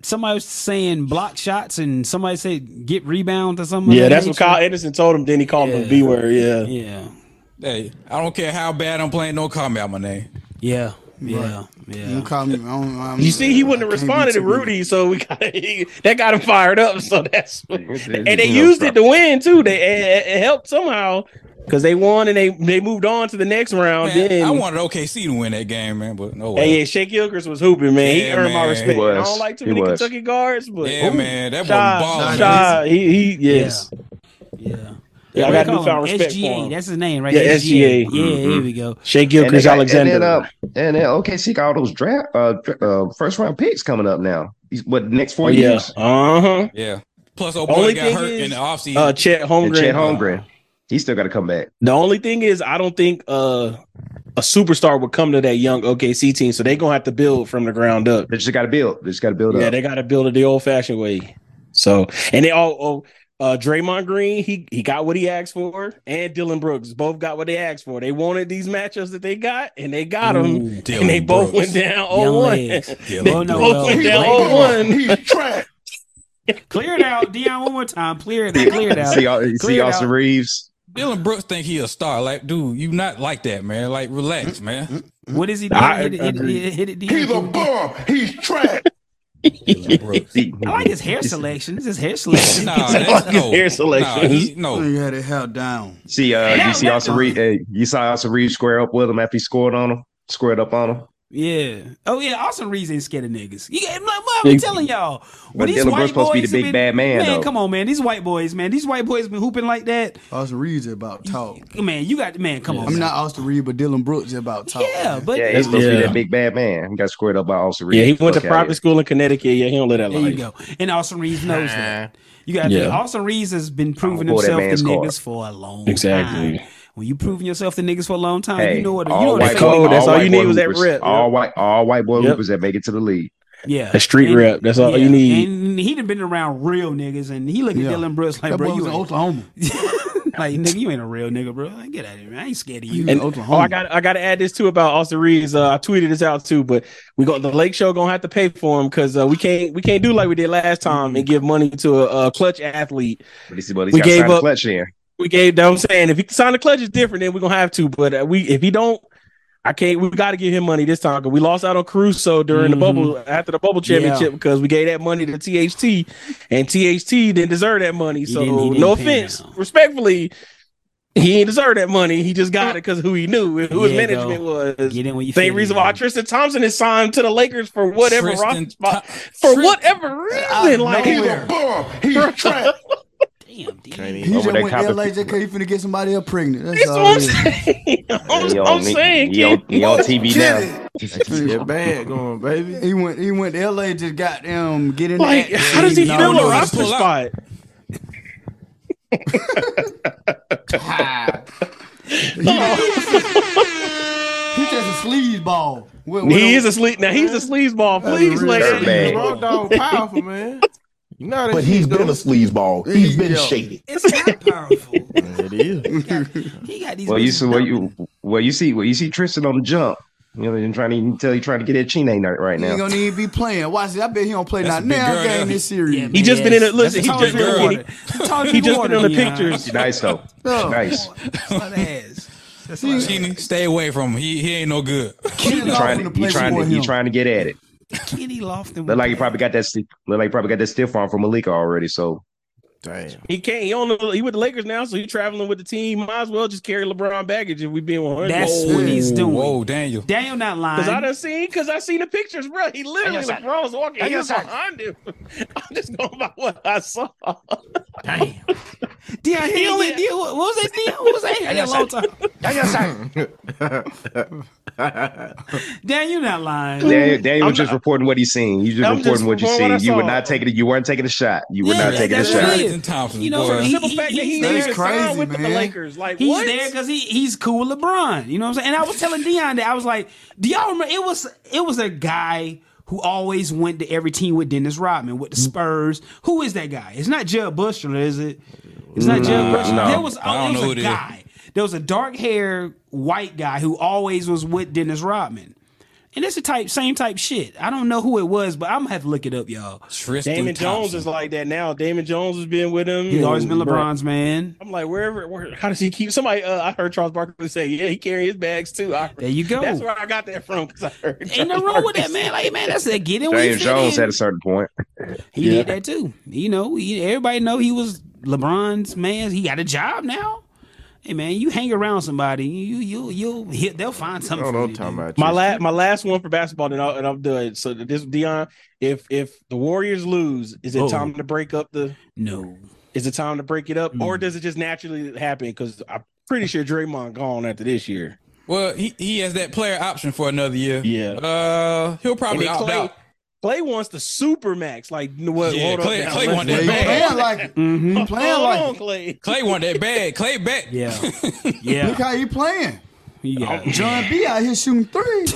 A: somebody was saying block shots and somebody said get rebounds or something? of
J: Yeah,
A: that
J: that's what
A: nature?
J: Kyle Anderson told him. Then he called him a B word. Yeah.
A: Yeah,
C: Hey, I don't care how bad I'm playing. Don't call me out my name.
A: yeah, yeah, yeah.
E: You call me. I don't, I'm,
J: You see, he wouldn't have
E: I can't be
J: responded to
E: too good.
J: Rudy, so we got he, that got him fired up. So that's and they
I: you know,
J: used it to win too. They it, it helped somehow because they won and they they moved on to the next round.
C: Man,
J: Oh, then
C: I wanted OKC to win that game, man, but no
J: Hey,
C: way.
J: yeah, Shake Gilchrist was hooping, man. he
C: Yeah,
J: earned my
C: man.
J: respect.
I: He was.
J: I don't like too
I: He
J: many
I: was.
J: Kentucky guards, but
C: Yeah,
J: Ooh,
C: man, that boy
J: Shy-
C: balling.
J: Shy, he, he yes.
A: yeah.
J: Yeah, I
A: What they
J: got
A: call
J: newfound
A: him?
J: respect for
A: SGA,
J: him.
A: that's his name, right?
J: Yeah, SGA.
A: Yeah, here we go.
J: Shake
I: and, they
J: Gilchrist
I: got-
J: Alexander.
I: and then uh, and then OKC got all those draft uh, dra- uh first round picks coming up now. These- What next
J: oh
I: four
J: yeah.
I: years?
J: Uh-huh.
C: Yeah. Plus, old
J: Only
C: boy got
J: thing
C: hurt
J: is,
C: in the offseason.
J: Uh Chet Holmgren.
I: And Chet Holmgren, he still got to come back.
J: The only thing is, I don't think uh, a superstar would come to that young OKC team, so they're gonna have to build from the ground up.
I: They just got to build. They just got to build
A: uh,
J: Yeah,
I: up.
J: they got to build it the old-fashioned way. So, and they all, oh, uh, Draymond Green, he he got what he asked for, and Dylan Brooks both got what they asked for. They wanted these matchups that they got, and they got them,
C: Ooh,
J: and
C: Dylan
J: they both
C: Brooks.
J: went down
A: Young
J: 0-1.
A: legs.
C: Yeah,
J: They
A: Oh, no,
J: both
A: no.
J: went
F: He's
J: down
A: Blame him.
J: 0-1.
F: He's trash.
A: Clear it out, Dion. One more time. Clear it out. Clear it
I: You
A: out.
I: see, all, you see
A: Clear it
I: Austin
A: out.
I: Reeves.
C: Dylan Brooks think he a star. Like, dude, you not like that, man. Like,
J: Mm-hmm.
C: relax, man.
A: What is he doing?
J: I-
A: hit, it,
J: I
A: hit,
J: agree.
A: it, hit it, Dion.
F: He's a bum. He's trash.
C: Dylan Brooks.
A: I like his hair selection. This is hair selection.
C: Nah,
J: I
C: that's
J: like his
C: no.
J: hair selections.
C: Nah, he-
A: Oh,
C: no.
E: You had it held down.
I: See, uh, you see
A: that
I: Austin
A: guy.
I: Reeves. Hey, you saw Austin Reeves square up with him after he scored on him. Squared up on him.
A: Yeah. Oh yeah. Austin Reeves ain't scared of niggas. You, I'm, I'm telling y'all.
I: But
A: When these
I: Dylan
A: white
I: Brooks supposed to be
A: boys
I: the
A: have
I: big
A: been-
I: bad man, though.
A: come on, man. These white boys, man. These white boys been hooping like that.
E: Austin Reeves is about talk.
A: Man, you got man. Come on.
E: I mean,
A: man.
E: not Austin Reeves, but Dylan Brooks is about talk.
A: Yeah, but
I: Yeah, he's supposed to be
J: Yeah.
I: that big bad man. He got squared up by Austin Reeves.
J: Yeah, he went to
I: Okay.
J: private school in Connecticut. Yeah, he don't let that
A: there
J: lie.
A: you go. And Austin Reeves knows that. You got
J: Yeah.
A: yeah. Austin Reeves has been proving
I: pull that
A: himself
I: man's
A: to
I: card.
A: niggas for a long time.
J: Exactly.
A: When you proving yourself to niggas for a long time,
I: Hey,
A: you know what. You know
I: all
A: what
I: white
A: the
J: code,
A: feel-
I: boy-
J: that's all
I: white
J: you need
I: boy
J: was that
I: hoopers.
J: rep, yep.
I: All white, all white boy
J: Yep.
I: hoopers that make it to the league.
A: Yeah,
J: A street
A: And-
J: rep. That's all
A: yeah,
J: you need.
A: And he done been around real niggas, and he look at
E: Yeah.
A: Dylan Brooks like,
E: That boy
A: bro,
E: was
A: you
E: in
A: ain't,
E: Oklahoma.
A: like, nigga, you ain't a real nigga, bro. Like, get out of here, man. I ain't scared of you.
E: And-
J: And
E: Oklahoma.
J: oh, I got I got to add this too about Austin Reeves. Uh, I tweeted this out too, but we got the Lake Show gonna have to pay for him because uh, we can't we can't do like we did last time and give money to a, a clutch athlete.
I: But he's, but he's
J: We
I: got to
J: gave
I: sign the
J: up-
I: clutch in.
J: We gave. That I'm saying if he can sign the clutch is different, then we're gonna have to. But uh, we if he don't, I can't. We got to give him money this time because we lost out on Caruso during
A: Mhm.
J: the bubble after the bubble championship because we gave that money to THT and THT didn't deserve that money.
A: He
J: so
A: didn't- he didn't
J: no
A: pay
J: offense,
A: him.
J: respectfully. He didn't deserve that money. He just got it because who he knew, and who his
A: Yeah, though.
J: management was.
A: Get in when you
J: Same
A: fit in,
J: reason why
A: man.
J: Tristan Thompson is signed to the Lakers for whatever
C: Tristan
J: roster spot,
C: Tho-
J: for
C: Tristan-
J: whatever reason. Like
F: He's a bum. He's trash.
A: Damn, dude.
I: Can't
E: He
I: even-
E: just
I: over that
E: went to
I: compet-
E: LA just 'cause he finna get somebody else pregnant. That's
J: that's
E: all
J: what I'm
E: it is.
J: saying. I'm,
I: He
J: I'm
I: on-
J: saying,
I: he on,
J: kid.
I: he on TV now.
D: That bad going, baby.
E: He went. He went to LA. Just got them get in.
J: Like,
E: the act.
J: how does he
E: No,
J: fill
E: no,
J: a
E: no.
J: roster
C: pull out.
J: spot?
E: He just a sleaze ball. With- with
J: He
E: a-
J: is a sleep now. He's a sleazeball. Please,
E: real
J: like,
I: dirtbag.
D: Raw dog powerful, man. You know how that
F: But
D: shit
F: he's
D: go.
F: been a sleazeball. He's been
E: Yeah.
F: shaded.
A: It's not powerful.
D: It is.
A: he got these.
I: Well, you
A: bitches
I: see, well, you,
A: dumping.
I: well, you see, well, you see Tristan on the jump. You know, and trying to even tell you trying to get that chine night right
E: He ain't
I: now.
E: gonna even be playing. Watch it. I bet he don't play
C: That's
E: not
C: a big
E: now
C: girl,
E: game
C: yeah.
E: this series.
A: Yeah,
J: He just been in it. Listen, he
A: That's
J: just
A: the tallest
J: been
A: water.
J: in
A: That's the tallest
J: he just
A: water,
J: been on the
A: Dion.
J: pictures.
I: Nice though.
E: Oh.
I: Nice.
A: Slut ass.
C: Kenny, stay away from him. He, he ain't no good.
I: You trying, you trying, to, you trying to get at it.
A: Kenny Lofton.
I: Look like he probably got that. sti- Look like he probably got that stiff arm from Malika already. So,
D: damn.
J: He can't. He on the, he with the Lakers now, so he traveling with the team. Might as well just carry LeBron baggage if we being one hundred.
A: That's what he's doing.
C: Whoa, Daniel.
A: Daniel not
J: Cause I
A: lying.
J: done seen, cause I seen the pictures, bro. He literally
H: Daniel Sutton.
J: LeBron's walking. He
H: Daniel
J: was
H: Sutton.
J: behind him. I'm just going by what I saw.
A: Damn. Dion, he only Dion, what was that? Dion, what was that? He had a long time.
H: Daniel Sutton.
A: Dan, you not lying.
I: Daniel, Daniel was just reporting what he's seen. You just
J: I'm just
I: reporting what you
J: reporting
I: seen.
J: what I
I: You were
J: saw.
I: not taking it. You weren't taking a shot. You were
A: Yeah,
I: not taking a
A: that's
I: shot.
A: right.
C: Jonathan Thompson,
A: You know,
C: boy.
A: he-
J: Simple
A: he-
J: fact that
A: he's
J: he's
A: there.
J: there
E: That's
J: to sign
E: crazy,
J: with the
E: man.
J: Lakers. Like
A: He's
J: what?
A: there because he, he's cool with LeBron. You know what I'm saying? And I was telling Dion that I was like, do y'all remember it was it was a guy who always went to every team with Dennis Rodman
C: Mm.
A: with the Spurs. Who is that guy? It's not Jeb Bushler, is it? It's not Jeb Bushler.
I: no.
A: There was,
C: I don't
A: there was
C: know who
A: a
C: it is.
A: guy. There was a dark haired white guy who always was with Dennis Rodman. And it's the type same type shit. I don't know who it was, but I'm gonna have to look it up, y'all.
C: Tristan
J: Damon Jones
C: Thompson.
J: is like that now. Damon Jones has been with him.
A: He's always been
J: and, bro,
A: LeBron's man.
J: I'm like, wherever, where, how does he keep somebody? Uh, I heard Charles Barkley say, yeah, he carry his bags too. I,
A: There you go.
J: That's where I got that from because I heard.
A: Ain't no
J: Charles
A: wrong with
J: Barkley
A: that, man. Like, man, that's that get in where
I: Daniel
A: you fit
I: Jones
A: in.
I: at a certain point.
A: He did that too. You know, he, everybody know he was LeBron's man. He got a job now. Hey man, you hang around somebody, you you you will they'll find
D: I
A: something. for
D: don't know
A: you
D: what I'm
A: to
D: talking
A: do.
D: about.
J: My
D: Tristan.
J: last, my last one for basketball, and, I'll, and I'm done. So this, Dion, if if the Warriors lose, is it
A: Oh.
J: time to break up the?
A: No,
J: Is it time to break it up,
A: Hmm.
J: or does it just naturally happen? Because I'm pretty sure Draymond gone after this year.
C: Well, he, he has that player option for another year.
J: Yeah.
C: Uh, he'll
J: And
C: probably
J: then
C: opt
J: Clay,
C: out.
J: Clay wants the super max. Like what?
C: Yeah,
J: hold
C: Clay-
J: up now,
C: Clay
J: let's-
C: want
E: Yeah,
C: that
E: you
C: bag.
E: playing like it.
A: Mhm.
E: You playing
J: Hold on,
E: like it.
J: Clay.
C: Clay want that bag. Clay back.
A: yeah,
E: Look
A: yeah,
E: how he playing.
A: yeah.
D: Oh.
E: John B out here shooting threes.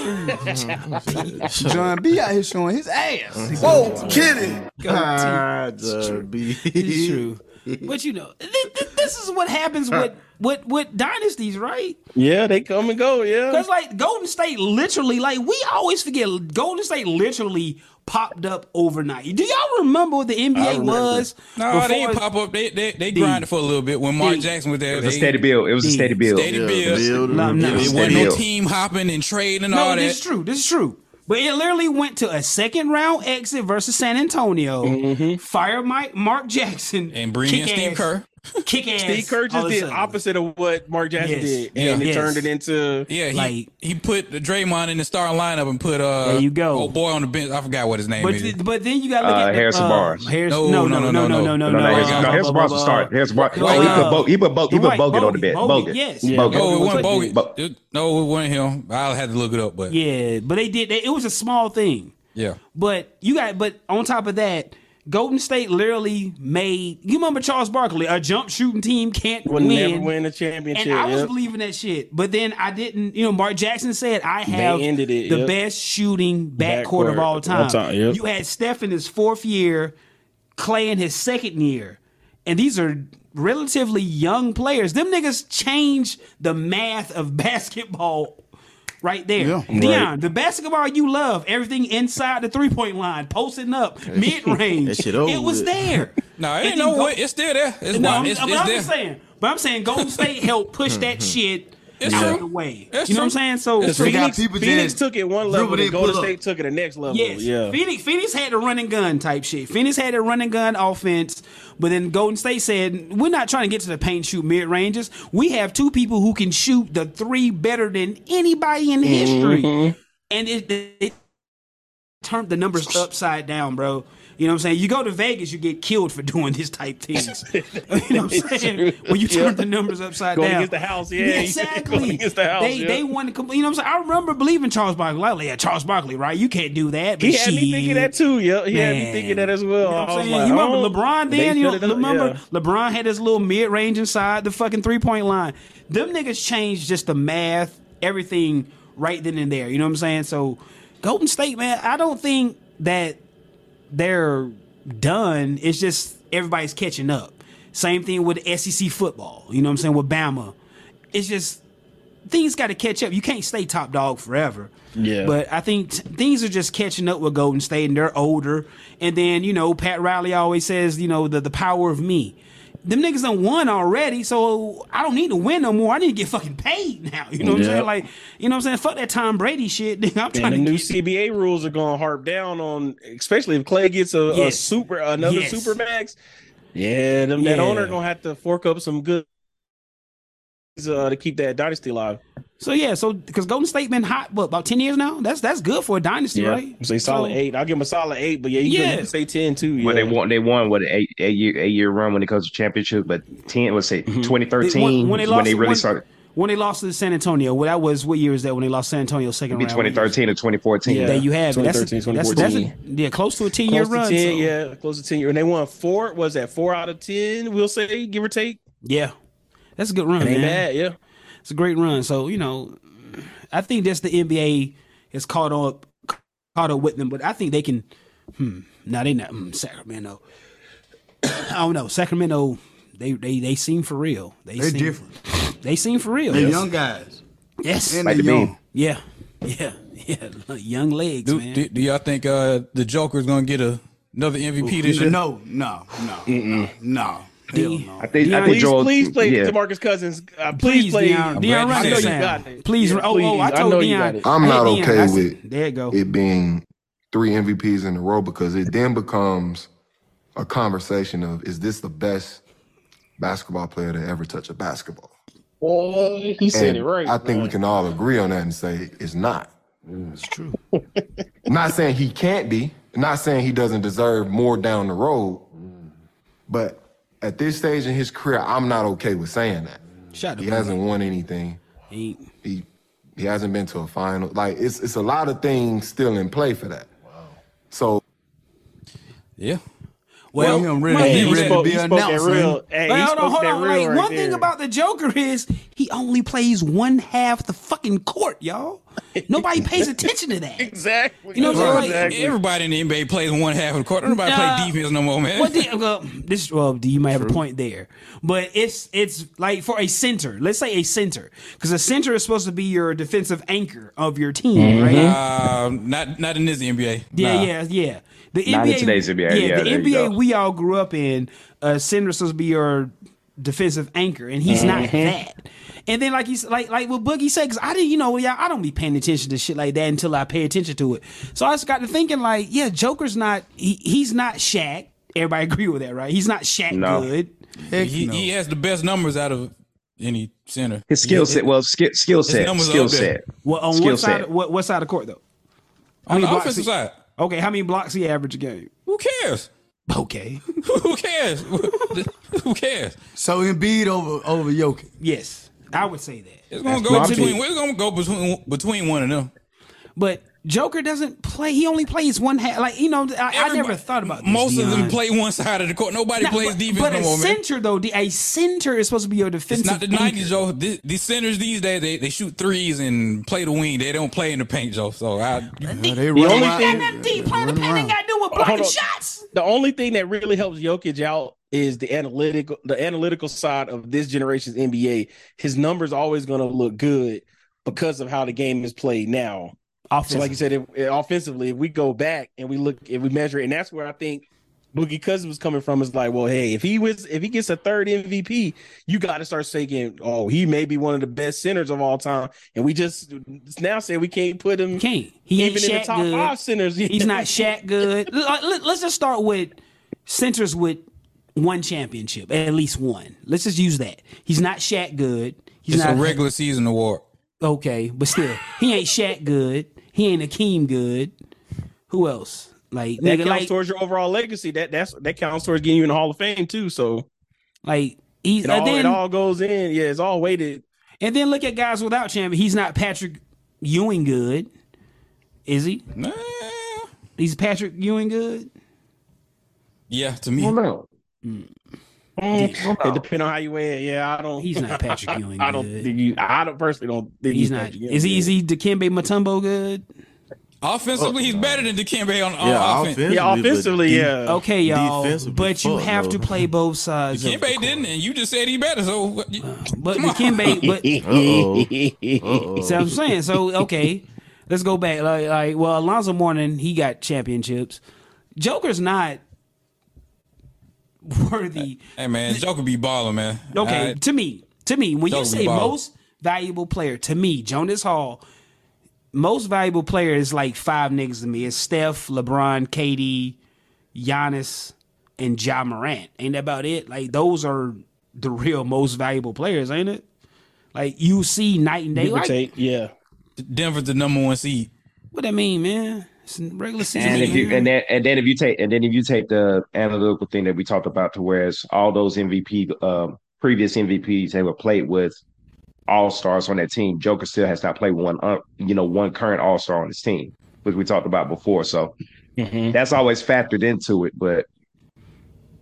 E: John B out here showing his ass.
A: Whoa,
E: Kitty.
D: God, uh, B.
A: It's true. But you know, th- th- this is what happens with with with dynasties, right?
J: Yeah, they come and go. Yeah,
A: Because like Golden State literally, like we always forget, Golden State literally popped up overnight. Do y'all remember what the NBA was?
C: No, they didn't
A: before-
C: pop up. They they, they grinded for a little bit when Mark
A: Dude.
C: Jackson was there.
I: It was
C: they,
I: a steady build. It was a
A: Yeah.
I: steady build.
C: Steady build.
D: Build,
A: No, no.
D: build,
A: It
C: It
D: steady
C: wasn't no
D: build.
C: team hopping and trading and
A: No,
C: all
A: this is
C: that.
A: true. This is true. But it literally went to a second round exit versus San Antonio.
J: Mm-hmm.
A: Fire Mike Mark Jackson
C: And bring in
A: kick
C: Steve
A: ass-
C: Kerr.
A: Kick ass.
J: Steve Kerr
A: all
J: just
A: of a
J: did
A: sudden.
J: opposite of what Mark Jackson
A: Oh, Yes.
J: did,
C: Yeah.
J: and it
A: Yes.
J: turned it into
C: Yeah, he,
A: Like-
C: he put the Draymond in the starting lineup and put uh
A: There you go.
C: old boy on the bench. I forgot what his name
A: But,
C: is.
A: th- but then you got to look
I: Uh,
A: at the,
I: Harrison
A: uh,
I: Barnes.
A: Harrison, no, no, no, no, no, no, no,
I: No, no, here's,
A: uh,
I: no, here's
A: uh,
I: Barnes will
A: uh,
I: start. Here's Barnes.
A: uh,
I: Wait, he put Bo- he put Bo- he
A: you're
I: put
A: right,
I: Bogut on the
A: Bogut,
I: bench.
A: Bogut,
I: Bogut.
A: yes.
C: oh, it wasn't
I: Bogut.
C: Bogut.
I: Bo-
C: It- no, it wasn't him. I'll have to look it up, but yeah.
A: Yeah, but they did. They, it was a small thing. But you got. But on top of that, Golden State literally made. You remember Charles Barkley? A jump shooting team can't
J: would
A: win.
J: never win a championship.
A: And I was
J: yep.
A: believing that shit, but then I didn't. You know, Mark Jackson said I have
J: ended it,
A: the
J: yep.
A: best shooting backcourt,
J: Backcourt
A: of all
J: of
A: time.
J: all time, yep.
A: You had Steph in his fourth year, Clay in his second year, and these are relatively young players. Them niggas change the math of basketball. Right there, Dion. The basketball you love, everything inside the three point line, posting up, mid range.
D: that shit over
A: It was
D: with.
A: there.
C: No, it
A: And
C: ain't
A: then
C: no
A: go-
C: way. It's still there. It's
A: no,
C: not.
A: I'm,
C: It's,
A: but
C: it's
A: I'm
C: there.
A: just saying. But I'm saying Golden State helped push that shit
C: It's
A: out
C: true.
A: of the way.
C: It's
A: you know what
C: true.
A: I'm saying? So
C: It's
E: They
A: Phoenix,
E: got people
J: Phoenix
E: just
J: took it one level,
E: dribble,
J: and
E: they
J: Golden
E: pull up.
J: State took it the next level.
A: yes,
J: Yeah,
A: Phoenix, Phoenix had the run and gun type shit. Phoenix had the run and gun offense, but then Golden State said, "We're not trying to get to the paint shoot mid ranges. We have two people who can shoot the three better than anybody in history."
J: Mm-hmm.
A: And it, it turned the numbers upside down, bro. You know what I'm saying? You go to Vegas, you get killed for doing this type things. you know what I'm
J: It's
A: saying?
J: true.
A: When you turn
J: Yeah.
A: the numbers upside
J: Going
A: down.
J: against the house, yeah.
A: exactly.
J: Going against the house,
A: they
J: yeah.
A: they won. You know what I'm saying? I remember believing Charles Barkley. Like, yeah, Charles Barkley, right? You can't do that. But
J: he had me
A: shit.
J: thinking that too. Yeah, he had
A: Man.
J: me thinking that as
A: You know
J: well.
A: what
J: I
A: I'm
J: was
A: saying?
J: like,
A: you remember
J: oh,
A: LeBron
J: they
A: then? You know,
J: shut it up,
A: remember
J: yeah.
A: LeBron had his little mid range inside the fucking three point line. Them niggas changed just the math, everything right then and there. You know what I'm saying? So Golden State, man, I don't think that they're done. It's just everybody's catching up. Same thing with SEC football. You know what I'm saying? With Bama. It's just things got to catch up. You can't stay top dog forever.
J: Yeah.
A: But I think t- things are just catching up with Golden State and they're older. And then, you know, Pat Riley always says, you know, the, the power of me. them niggas done won already, so I don't need to win no more. I need to get fucking paid now. You know what I'm
J: Yep.
A: saying? Like, you know what I'm saying? Fuck that Tom Brady shit. nigga. I'm trying
J: And the
A: to
J: new
A: get
J: CBA rules are going to harp down on, especially if Clay gets a, a
A: Yes.
J: super another
A: Yes.
J: super max. Yeah, them, that
A: Yeah.
J: owner going to have to fork up some good uh, to keep that dynasty alive.
A: So yeah, so because Golden State been hot, what about ten years now? That's that's good for a dynasty, right?
J: Say solid
A: So-
J: eight. I'll give him a solid eight, but yeah, you
A: Yeah.
J: can say ten too. Yeah.
I: Well, they won. They won what eight eight year eight year run when it comes to championship, but ten let's say twenty
A: When,
I: thirteen
A: when they lost,
I: really
A: when,
I: started.
A: when they lost to San Antonio, well, that was what year is that when they lost San Antonio second
I: It'd be
A: round?
I: twenty thirteen or twenty fourteen.
A: There you have it. That's, a-
J: 2013,
A: that's, that's a,
J: 2014.
A: yeah, close to a ten year
J: Close
A: run.
J: to 10,
A: so-
J: yeah, close to ten year, and they won four. Was that four out of ten? We'll say, give or take.
A: yeah, that's a good run,
J: It ain't
A: man.
J: bad, yeah.
A: It's a great run. So you know, I think that's the NBA is caught up, caught up with them. But I think they can. Hmm. Now they not hmm, Sacramento. I don't know Sacramento. They they they seem for real. They
E: They
A: seem,
E: different.
A: They seem for real.
E: They
A: Yes.
E: young guys.
A: Yes.
E: And they young.
A: Yeah. Yeah. Yeah. Young legs,
C: Do,
A: man.
C: do, do y'all think uh, the Joker's gonna get a, another MVP this year?
E: No, no, no, no. Hell
A: D-
E: no.
I: I think. I
A: Deion,
I: think
J: Please,
I: Joel.
J: please play
I: yeah.
J: DeMarcus Cousins. Uh,
A: Please,
J: please, play.
A: Deion. Deion,
C: glad
A: run
C: you
A: that
C: said
A: sound.
J: that. Yeah,
A: Please, run- oh, oh, I
J: please. I
A: told
J: know you got
A: Deion.
J: it.
K: I'm
A: I
K: not
A: hate Deion.
K: okay
A: I s-
K: with-
A: There you go.
K: it being three MVPs in a row because it then becomes a conversation of is this the best basketball player to ever touch a basketball?
J: Boy, he said
K: And
J: it right.
K: I think
J: man.
K: we can all agree on that and say it's not. Mm, It's true. not saying he can't be, not saying he doesn't deserve more down the road, but at this stage in his career, I'm not okay with saying that.
A: Shut
K: He
A: up.
K: hasn't won anything.
A: He-
K: He he hasn't been to a final. Like it's it's a lot of things still in play for that. So
C: Yeah.
A: Well,
E: Well, him really-
A: my-
E: he
J: Hey, he
E: ready to
J: spoke,
E: be
J: he spoke that
E: announced, man.
J: real. Hey,
A: Like,
J: he
A: hold on,
J: spoke
A: hold
J: that
A: on.
J: real
A: Like,
J: right
A: one thing
J: there.
A: about the Joker is he only plays one half the fucking court, y'all. Nobody pays attention to that.
J: exactly,
A: You know what I'm saying? Like,
J: Exactly.
C: Everybody in the NBA plays one half of the court. Nobody
A: Nah.
C: play defense no more, man.
A: What the, well, this well, you might have a point there, but it's it's like for a center. Let's say a center, because a center is supposed to be your defensive anchor of your team, right?
C: Uh, not not in this NBA.
A: Yeah,
C: Nah.
A: yeah, yeah. The
I: Not in
A: NBA,
I: today's NBA. Yeah,
A: the
I: there you
A: NBA
I: go.
A: we all grew up in. Uh, Center supposed to be your defensive anchor, and he's
I: Mm-hmm.
A: not that. And then like he's like like what Boogie said, because I didn't, you know, yeah, I don't be paying attention to shit like that until I pay attention to it. So I just got to thinking like, yeah, Joker's not he, he's not Shaq. Everybody agree with that, right? He's not Shaq
I: No.
A: good.
C: He, he has the best numbers out of any center.
I: His skill set. Well, skill skill set.
C: numbers
I: Skill
C: up there.
I: set.
A: Well, on
I: Skill
A: what side?
I: set.
A: What, what side of the court though?
C: On the
A: blocks
C: offensive
A: he-
C: side,
A: Okay, how many blocks he average a game?
C: who cares?
A: Okay,
C: Who cares? who cares?
E: So Embiid over over Jokic.
A: yes, I would say that.
C: It's gonna
I: my
C: go between.
I: pick.
C: We're gonna go between between one and them.
A: But Joker doesn't play. He only plays one half. Like you know, I, I never
C: Everybody-
A: thought about this,
C: Most of them
A: Deion.
C: play one side of the court. Nobody
A: Nah,
C: plays
A: but,
C: defense
A: But
C: no
A: a
C: more, man.
A: center though, the, a center is supposed to be your defensive.
C: It's not the
A: anchor.
C: nineties, Joe. These, these centers these days they, they shoot threes and play the wing. They don't play in the paint, Joe. So I
E: Yeah, they run
J: only
E: around-
J: thing-
A: Damn,
E: they
A: D play the
E: run
A: pen ain't
E: around.
A: got to do with blocking
J: on.
A: shots.
J: the only thing that really helps Jokic out is the analytical the analytical side of this generation's NBA. His numbers always going to look good because of how the game is played now. So, like you said, if, eh, offensively, if we go back and we look, if we measure, it, and that's where I think Boogie Cousins was coming from. Is like, well, hey, if he was, if he gets a third MVP, you got to start saying, oh, he may be one of the best centers of all time, and we just now say we can't put him
A: Can't he ain't
J: even in the
A: Shaq
J: top
A: good.
J: five centers.
A: He's not Shaq good. Let, us just start with centers with one championship, at least one. Let's just use that. He's not Shaq good. He's
C: it's a
A: not
C: regular season award.
A: Okay, but still, he ain't Shaq good. He ain't Akeem good. Who else? Like
J: that
A: nigga,
J: counts
A: like,
J: towards your overall legacy. That that's that counts towards getting you in the Hall of Fame too. So
A: like he's
J: it,
A: and
J: all,
A: then
J: it all goes in. Yeah, it's all weighted.
A: and then look at guys without champion. He's not Patrick Ewing good, is he?
C: Nah.
A: He's Patrick Ewing good.
C: Yeah, to me.
I: Well, no.
J: It depends on how you weigh it. Yeah, I don't.
A: He's not Patrick Ewing.
J: I don't
A: good.
J: think you. I don't personally don't think
A: He's not.
J: Patrick Ewing.
A: Is he? Is he Dikembe Mutombo good?
C: Offensively, he's better than Dikembe on, on
D: Yeah,
C: offense.
D: offensively.
J: Yeah,
D: but
J: offensively,
D: de-
J: yeah.
A: Okay, y'all.
D: Defensively,
A: But you
D: fuck,
A: have
D: no.
A: to play both sides. of the
C: Dikembe
A: court.
C: didn't, and you just said he better. So what, you,
A: But
C: Come on.
A: Dikembe. But
D: Uh-oh.
A: So I'm saying, so okay, let's go back. Like, like, well, Alonzo Mourning, he got championships. Joker's not worthy.
C: Hey man, Joker be balling, man.
A: Okay,
C: Alright.
A: to me, to me, when you
C: Joker
A: say
C: Ball.
A: most valuable player, to me, Jonas Hall, most valuable player is like five niggas to me. It's Steph, LeBron, KD, Giannis, and Ja Morant. Ain't that about it? Like those are the real most valuable players, ain't it? Like you see night and day.
C: Give or
A: Like,
C: take,
J: yeah.
C: Denver's the number one seed.
A: What that mean, man? It's a regular season.
I: And if you
A: man.
I: and then and then if you take and then if you take the analytical thing that we talked about to whereas all those MVP um previous MVPs they were played with all stars on that team. Joker still has not played one uh, you know one current all star on his team, which we talked about before. So
A: Mm-hmm.
I: that's always factored into it. But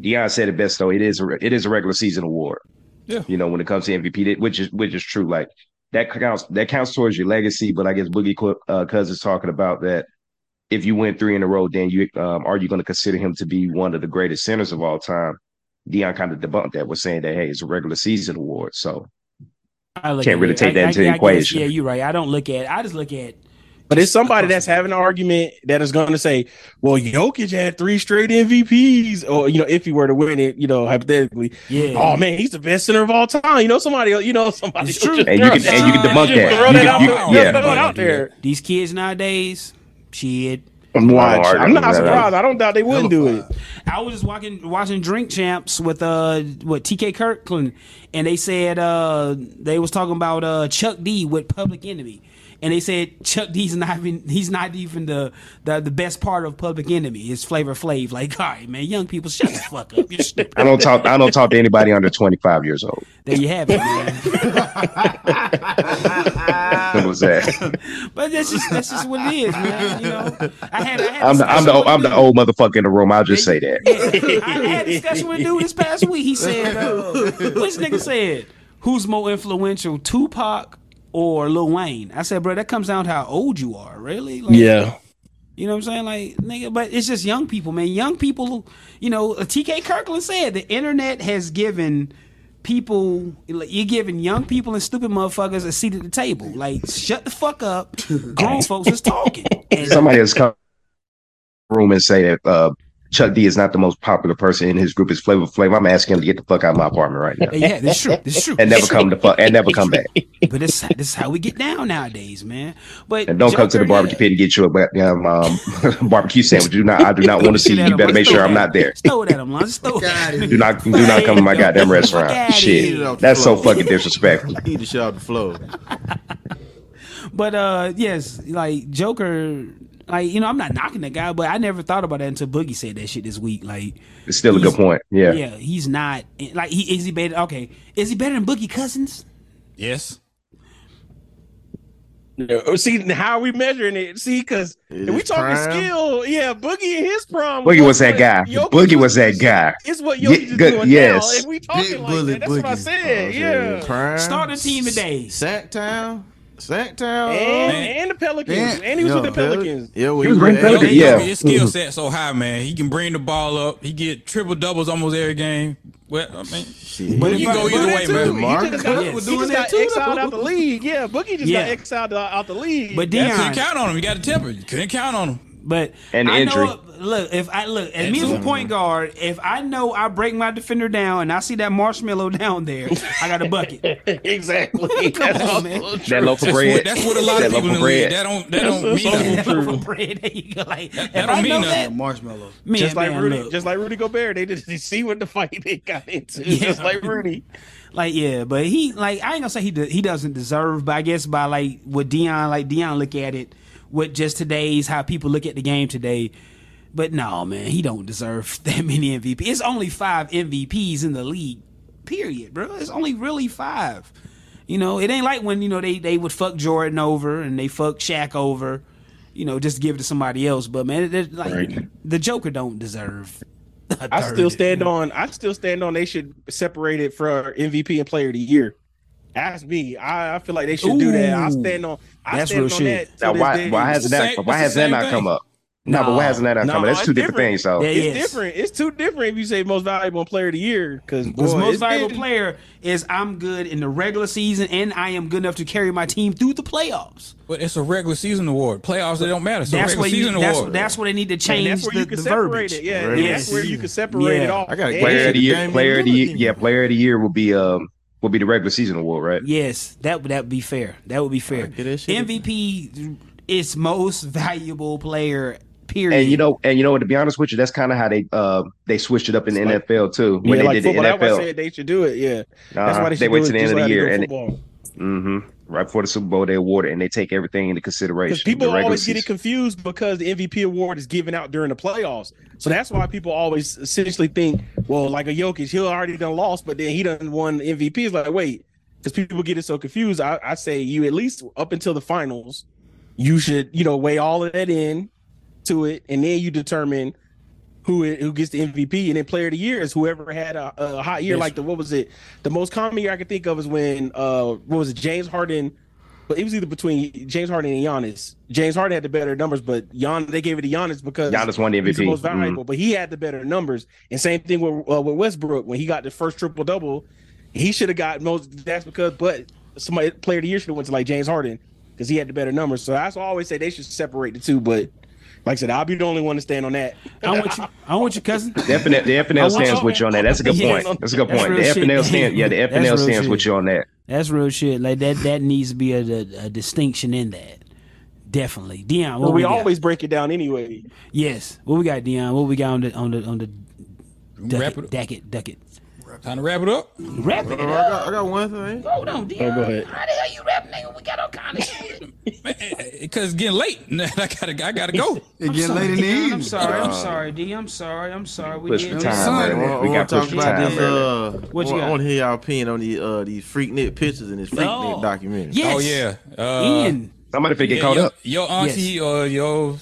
I: Deion said it best though. It is a re- it is a regular season award.
C: Yeah.
I: You know when it comes to MVP, that- which is which is true. Like that counts that counts towards your legacy. But I guess Boogie Cou- uh, Cousins talking about that if you win three in a row, then you um, are you going to consider him to be one of the greatest centers of all time? Dion kind of debunked that, was saying that hey, it's a regular season award, so
A: I look
I: can't
A: at
I: really
A: it.
I: take that
A: I- I-
I: into
A: I
I: the
A: guess,
I: equation.
A: yeah, you're right. I don't look at. I just look at.
J: But it's somebody that's having an argument that is going to say, "Well, Jokic had three straight MVPs," or you know, if he were to win it, you know, hypothetically,
A: yeah.
J: Oh man, he's the best center of all time. You know, somebody, you know, somebody. It's
A: true.
I: And you can- and you can debunk that.
J: Throw
I: You
J: that
I: can-
J: out
I: you-
J: there.
I: yeah.
J: Throw it out there.
A: These kids nowadays, shit.
J: I'm
I: watching.
J: I'm not surprised. I don't doubt they wouldn't do it.
A: I was just watching watching Drink Champs with uh what TK Kirkland, and they said uh they was talking about uh Chuck D with Public Enemy, and they said Chuck D's not even he's not even the the, the best part of Public Enemy. It's Flavor Flav. Like, all right, man, young people, shut the fuck up. You're stupid.
I: I don't talk. I don't talk to anybody under twenty five years old.
A: There you have it, man.
I: Simple as that.
A: But that's just that's just what it is, man. You know, I had I had
I: I'm the I'm the I'm the old motherfucker in the room. I'll just say that.
A: Yeah. I had a discussion with a dude this past week. He said, uh, "Which nigga said who's more influential, Tupac or Lil Wayne?" I said, "Bro, that comes down to how old you are, really." Like,
J: Yeah.
A: you know what I'm saying, like nigga. But it's just young people, man. Young people, you know. T.K. Kirkland said the internet has given people like, you're giving young people and stupid motherfuckers a seat at the table. Like, shut the fuck up. Grown folks is talking.
I: Somebody has come in the room and say that uh, Chuck D is not the most popular person in his group. Is Flavor Flav? I'm asking him to get the fuck out of my apartment right now.
A: Yeah, that's true. That's true.
I: And never come to fuck and never come back.
A: But this this is how we get down nowadays, man. But
I: And don't come to the
A: Joker,
I: barbecue pit and get you a ba- um, um, barbecue sandwich. Do not. I do not want to see you. You better make sure I'm not there.
A: Throw it at him, Lon. Just throw it at him.
I: Do not do not come to my goddamn restaurant.
A: Fuck outta here.
I: Shit, that's so fucking disrespectful.
D: Eat the shit out the flow.
A: But uh, yes, like Joker, like you know, I'm not knocking the guy, but I never thought about that until Boogie said that shit this week. Like,
I: It's still a good point. Yeah.
A: yeah, he's not like he is he better? Okay, is he better than Boogie Cousins?
C: Yes.
J: No. Oh, See how are we measuring it? See, because if we
I: is
J: talking
I: prime.
J: skill, yeah, Boogie in his prime.
I: Boogie was that
J: what
I: guy.
J: Jokic
I: Boogie was that guy.
J: It's what
I: Ye-
J: Jokic is
I: good-
J: doing now.
I: yes.
J: If we talking like that, that's what I
D: Oh,
J: said. yeah.
A: Start a team today.
D: Sacktown. Sacktown.
J: And, and the Pelicans. and he was
D: Yo,
J: with the Pelicans.
D: Yeah,
I: He was great Pelicans,
C: Yo,
I: yeah.
C: his skill set so high, man. He can bring the ball up. He get triple doubles almost every game. Well, I mean,
J: But
C: you can go either way, man.
J: He just got, he just got exiled out the league. Yeah, Boogie just
C: Yeah.
J: got exiled out out the league.
A: But
C: You couldn't
A: Deion-
C: count on him. You got to temper. You couldn't count on him.
A: But
C: And
A: I
C: injury.
A: Know, look, if I look at me as a
C: Absolutely.
A: point guard, if I know I break my defender down and I see that marshmallow down there, I got a bucket.
J: exactly.
A: Come
J: That's
A: on,
J: also
A: man.
J: true.
I: That loaf of
C: That's
I: bread.
C: what- that's what a lot of
I: That loaf
C: people in the
I: bread.
C: league- that don't- that don't mean nothing.
A: Loaf of bread. There you go. Like, if
C: don't
A: I
C: mean
A: know
C: nothing.
A: that,
E: marshmallow.
A: Man,
J: just like
A: man,
J: Rudy,
A: look.
J: just like Rudy Gobert, they just they see what the fight they got into. Just like Rudy.
A: Like yeah, but he like I ain't gonna say he de- he doesn't deserve, but I guess by like what Dion like Dion look at it with just today's how people look at the game today. But no, man, he don't deserve that many MVP. It's only five MVPs in the league, period, bro. It's only really five. You know, it ain't like when you know they they would fuck Jordan over and they fuck Shaq over, you know, just to give it to somebody else. But man, it, it- like the Joker don't deserve. a
J: I
A: third.
J: still stand on. I still stand on. They should separate it for MVP and Player of the Year. Ask me. I, I feel like they should do that. I
I: Ooh.
J: stand on. I
I: That's
J: stand
I: real
J: on
I: shit.
J: that.
I: Now,
J: till
I: why-
J: this day.
I: why hasn't that- It's the why same- hasn't that it's the not same come thing. up? No, but why isn't that
J: No,
I: coming? That's
J: it's
I: two different,
J: different.
I: things, though.
J: it's different. It's too different if you say most valuable player of the year because
A: Because most valuable player is I'm good in the regular season and I am good enough to carry my team through the playoffs.
C: But it's a regular season award. Playoffs, they don't matter. So
A: that's
C: regular
A: where you,
C: season
A: that's,
C: award.
A: that's where they need to
J: And
A: change
J: that's where
A: the,
J: you can
A: the
J: separate
A: verbiage.
J: it. Yeah, and that's where you can separate it off.
I: I got
J: And-
I: player of the year. Player of the year. Yeah, player of the year will be um will be the regular season award, right?
A: Yes, that would that would be fair. That would be fair. MVP is most valuable player. Period.
I: And you know, and you know what? To be honest with you, that's kind of how they uh, they switched it up in the NFL too. When
J: yeah,
I: they
J: like
I: did
J: football.
I: the
J: That's why I
I: NFL,
J: said they should do it. Yeah, that's
I: Uh-huh.
J: why they should
I: they
J: do
I: wait
J: it
I: to the end
J: just
I: of
J: like
I: the
J: they
I: year
J: do
I: and it-
J: football.
I: hmm right before the Super Bowl, they award it and they take everything into consideration.
J: Because people
I: The regular
J: always get
I: season.
J: it confused because the MVP award is given out during the playoffs. So that's why people always essentially think, well, like a Jokic, he already done lost, but then he done won MVP. It's like, wait, because people get it so confused. I, I say you at least up until the finals, you should, you know, weigh all of that in to it, and then you determine who it, who gets the MVP, and then Player of the Year is whoever had a, a hot year.
C: Yes.
J: Like the what was it? The most common year I could think of is when uh what was it? James Harden, but it was either between James Harden and Giannis. James Harden had the better numbers, but Gian they gave it to Giannis because
I: Giannis won the
J: He's the
I: MVP.
J: most valuable,
I: Mhm.
J: but he had the better numbers. And same thing with uh, with Westbrook when he got the first triple double, he should have got most. That's because, but somebody Player of the Year should have went to like James Harden because he had the better numbers. So that's why I always say they should separate the two, but. Like I said, I'll be the only one to stand on that.
A: I want you. I want your cousin.
I: The FNL, the FNL stands with you on that. That's a good
A: Yes.
I: point. That's a good
A: That's
I: point.
A: real
I: the FNL
A: shit.
I: stands. Yeah, the
A: That's
I: FNL
A: real
I: stands
A: shit.
I: with you on that.
A: That's real shit. Like that. That needs to be a, a, a distinction in that. Definitely, Dion. What
J: But we
A: got?
J: always break it down anyway.
A: yes. What we got, Dion? What we got on the on the on the
C: Wrap
A: ducket, ducket, ducket.
C: Time to wrap it up.
A: Wrap it
D: I
A: up.
D: got, I got one thing.
A: Hold on,
I: Oh,
A: Dion.
C: go ahead.
A: How the hell you rap, nigga? We got all kind of shit.
C: Because Eh, it's getting late. I gotta, I gotta go.
A: I'm sorry, Dion, I'm sorry. I'm sorry, D. I'm sorry. I'm sorry. We
D: Push
A: did.
D: the time, man. We got
A: talk
D: push the time,
A: this,
D: man.
A: What you
D: I
A: got?
D: want to hear y'all opinion uh, on the uh, these freaknik pictures and this freaknik
A: Oh.
D: documentary.
A: Yes. Oh, yeah. Uh, Ian.
I: Somebody finna get
C: Yeah,
I: caught
C: your,
I: up. Oh,
C: Your auntie or your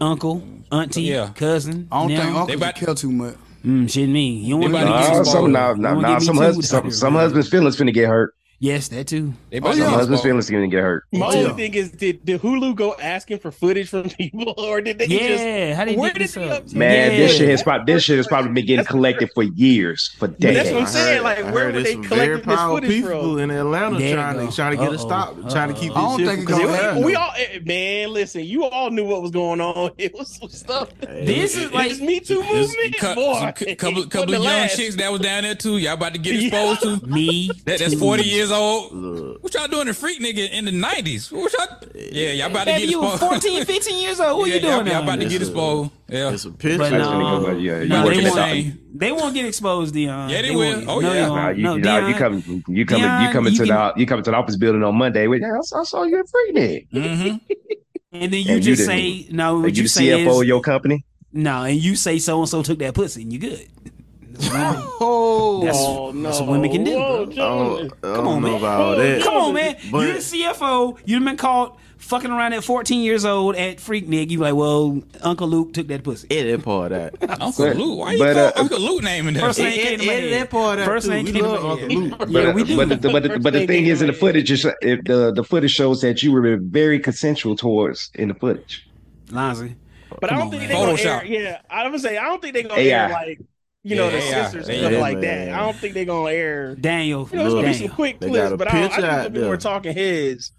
A: uncle, auntie,
C: Yeah.
A: cousin.
E: I don't
A: them.
E: think uncles would care too much.
A: Mm, shit, me. You don't want
I: Nah,
A: to
I: some, nah, nah, nah, some, husband, some, some husband's feelings finna get hurt.
A: Yes, that too.
C: They
I: some husband's feelings finna get hurt.
J: My only thing is, did, did Hulu go asking for footage from people, or did they just?
A: Yeah, how they
J: where
A: did this
J: they
A: up?
J: to?
I: Man, this
J: Yeah.
I: shit has probably this shit has probably been getting collected for years, for
J: But
I: decades.
J: that's what I'm saying.
D: I
J: Like, where
D: heard
J: were
D: there's
J: they
D: some
J: collecting
D: very
J: this
D: powerful
J: footage
D: people
J: from?
D: in Atlanta
A: There you
D: trying
A: go.
D: to trying to get a
A: Uh-oh.
D: stop, trying to keep this
E: I don't
D: shit
E: think
D: from
E: it's gonna
J: It
D: going.
E: happen.
J: was- we all, eh, man, listen. You all knew what was going on. It was some stuff.
A: This is like
J: This Me Too
C: There's
J: movement,
C: cou-
J: boy.
C: some cou- couple,
J: For
C: couple
J: the
C: of young
J: last-
C: chicks that was down there too. Y'all about to get exposed to.
A: me.
C: That, that's
A: too.
C: 40 years old. What y'all doing to freak nigga in the 90s? What y'all? Yeah, y'all about to
A: Baby,
C: get
A: you were
C: exposed.
A: 14, 15 years old. What
C: yeah,
A: you doing
C: y'all,
A: now?
C: y'all about to get
D: This is-
C: exposed. Yeah.
D: It's some pictures.
A: But
I: That's gonna
A: no,
C: um,
I: go, yeah, you
A: no,
I: working
A: they
I: it
A: won't.
I: out.
A: They won't get exposed, Dion.
C: Yeah, they will.
A: won't.
C: Oh,
A: no,
C: yeah.
A: They
I: Nah,
A: won't.
I: you,
A: no,
I: you, nah,
A: Dion,
I: you come, you come,
A: Dion,
I: you come into
A: you
I: the
A: can-
I: you come to the office building on Monday. With, yeah, I saw- I saw you at Freaknik.
C: Mm-hmm.
A: and then you
I: and you
A: just say
I: didn't-
A: no.
I: Are
A: What
I: you
A: you
I: the
A: say
I: CFO of
A: is
I: your company?
A: no, and you say so and so took that pussy, and you good.
E: Oh,
A: That's,
J: Oh no!
A: that's what women can do.
J: Whoa,
D: I don't,
J: Jonas.
D: I don't
A: Come on,
D: know
A: man.
D: about all that.
A: Come on, man.
D: But-
A: You're the CFO. You've been caught fucking around at 14 years old at Freak Nick. You like, well, Uncle Luke took that pussy.
D: Yeah, that part out.
C: Uncle
I: But-
C: Luke. Why you
I: but,
C: call
I: uh,
C: Uncle Luke naming that?
A: First
C: shit?
A: name came to my
E: edit
A: head.
E: that part out,
A: First
E: too.
A: name
E: We
A: came to
E: love
A: my head.
E: Uncle Luke.
A: Yeah,
I: But,
A: we
I: uh,
A: do.
I: but the, but, the, but the thing is, in the footage, is, if the the footage shows that you were very consensual towards in the footage.
A: Lonzy.
J: But I
C: Come
J: don't
C: on,
J: think
C: man.
J: they're gonna air.
C: Photoshop.
J: Yeah, I was gonna say I don't think they're gonna
I: AI.
J: air like you know the
C: Yeah, AI.
J: sisters and
C: Yeah,
J: stuff like
D: man.
J: that. I don't think they're gonna air.
A: Daniel.
J: You know, it's gonna be
A: Daniel.
J: some quick
D: They
J: clips,
D: got a
J: but I, don't- I
D: picture
J: think
D: out
J: it'll be more
D: there.
J: talking heads.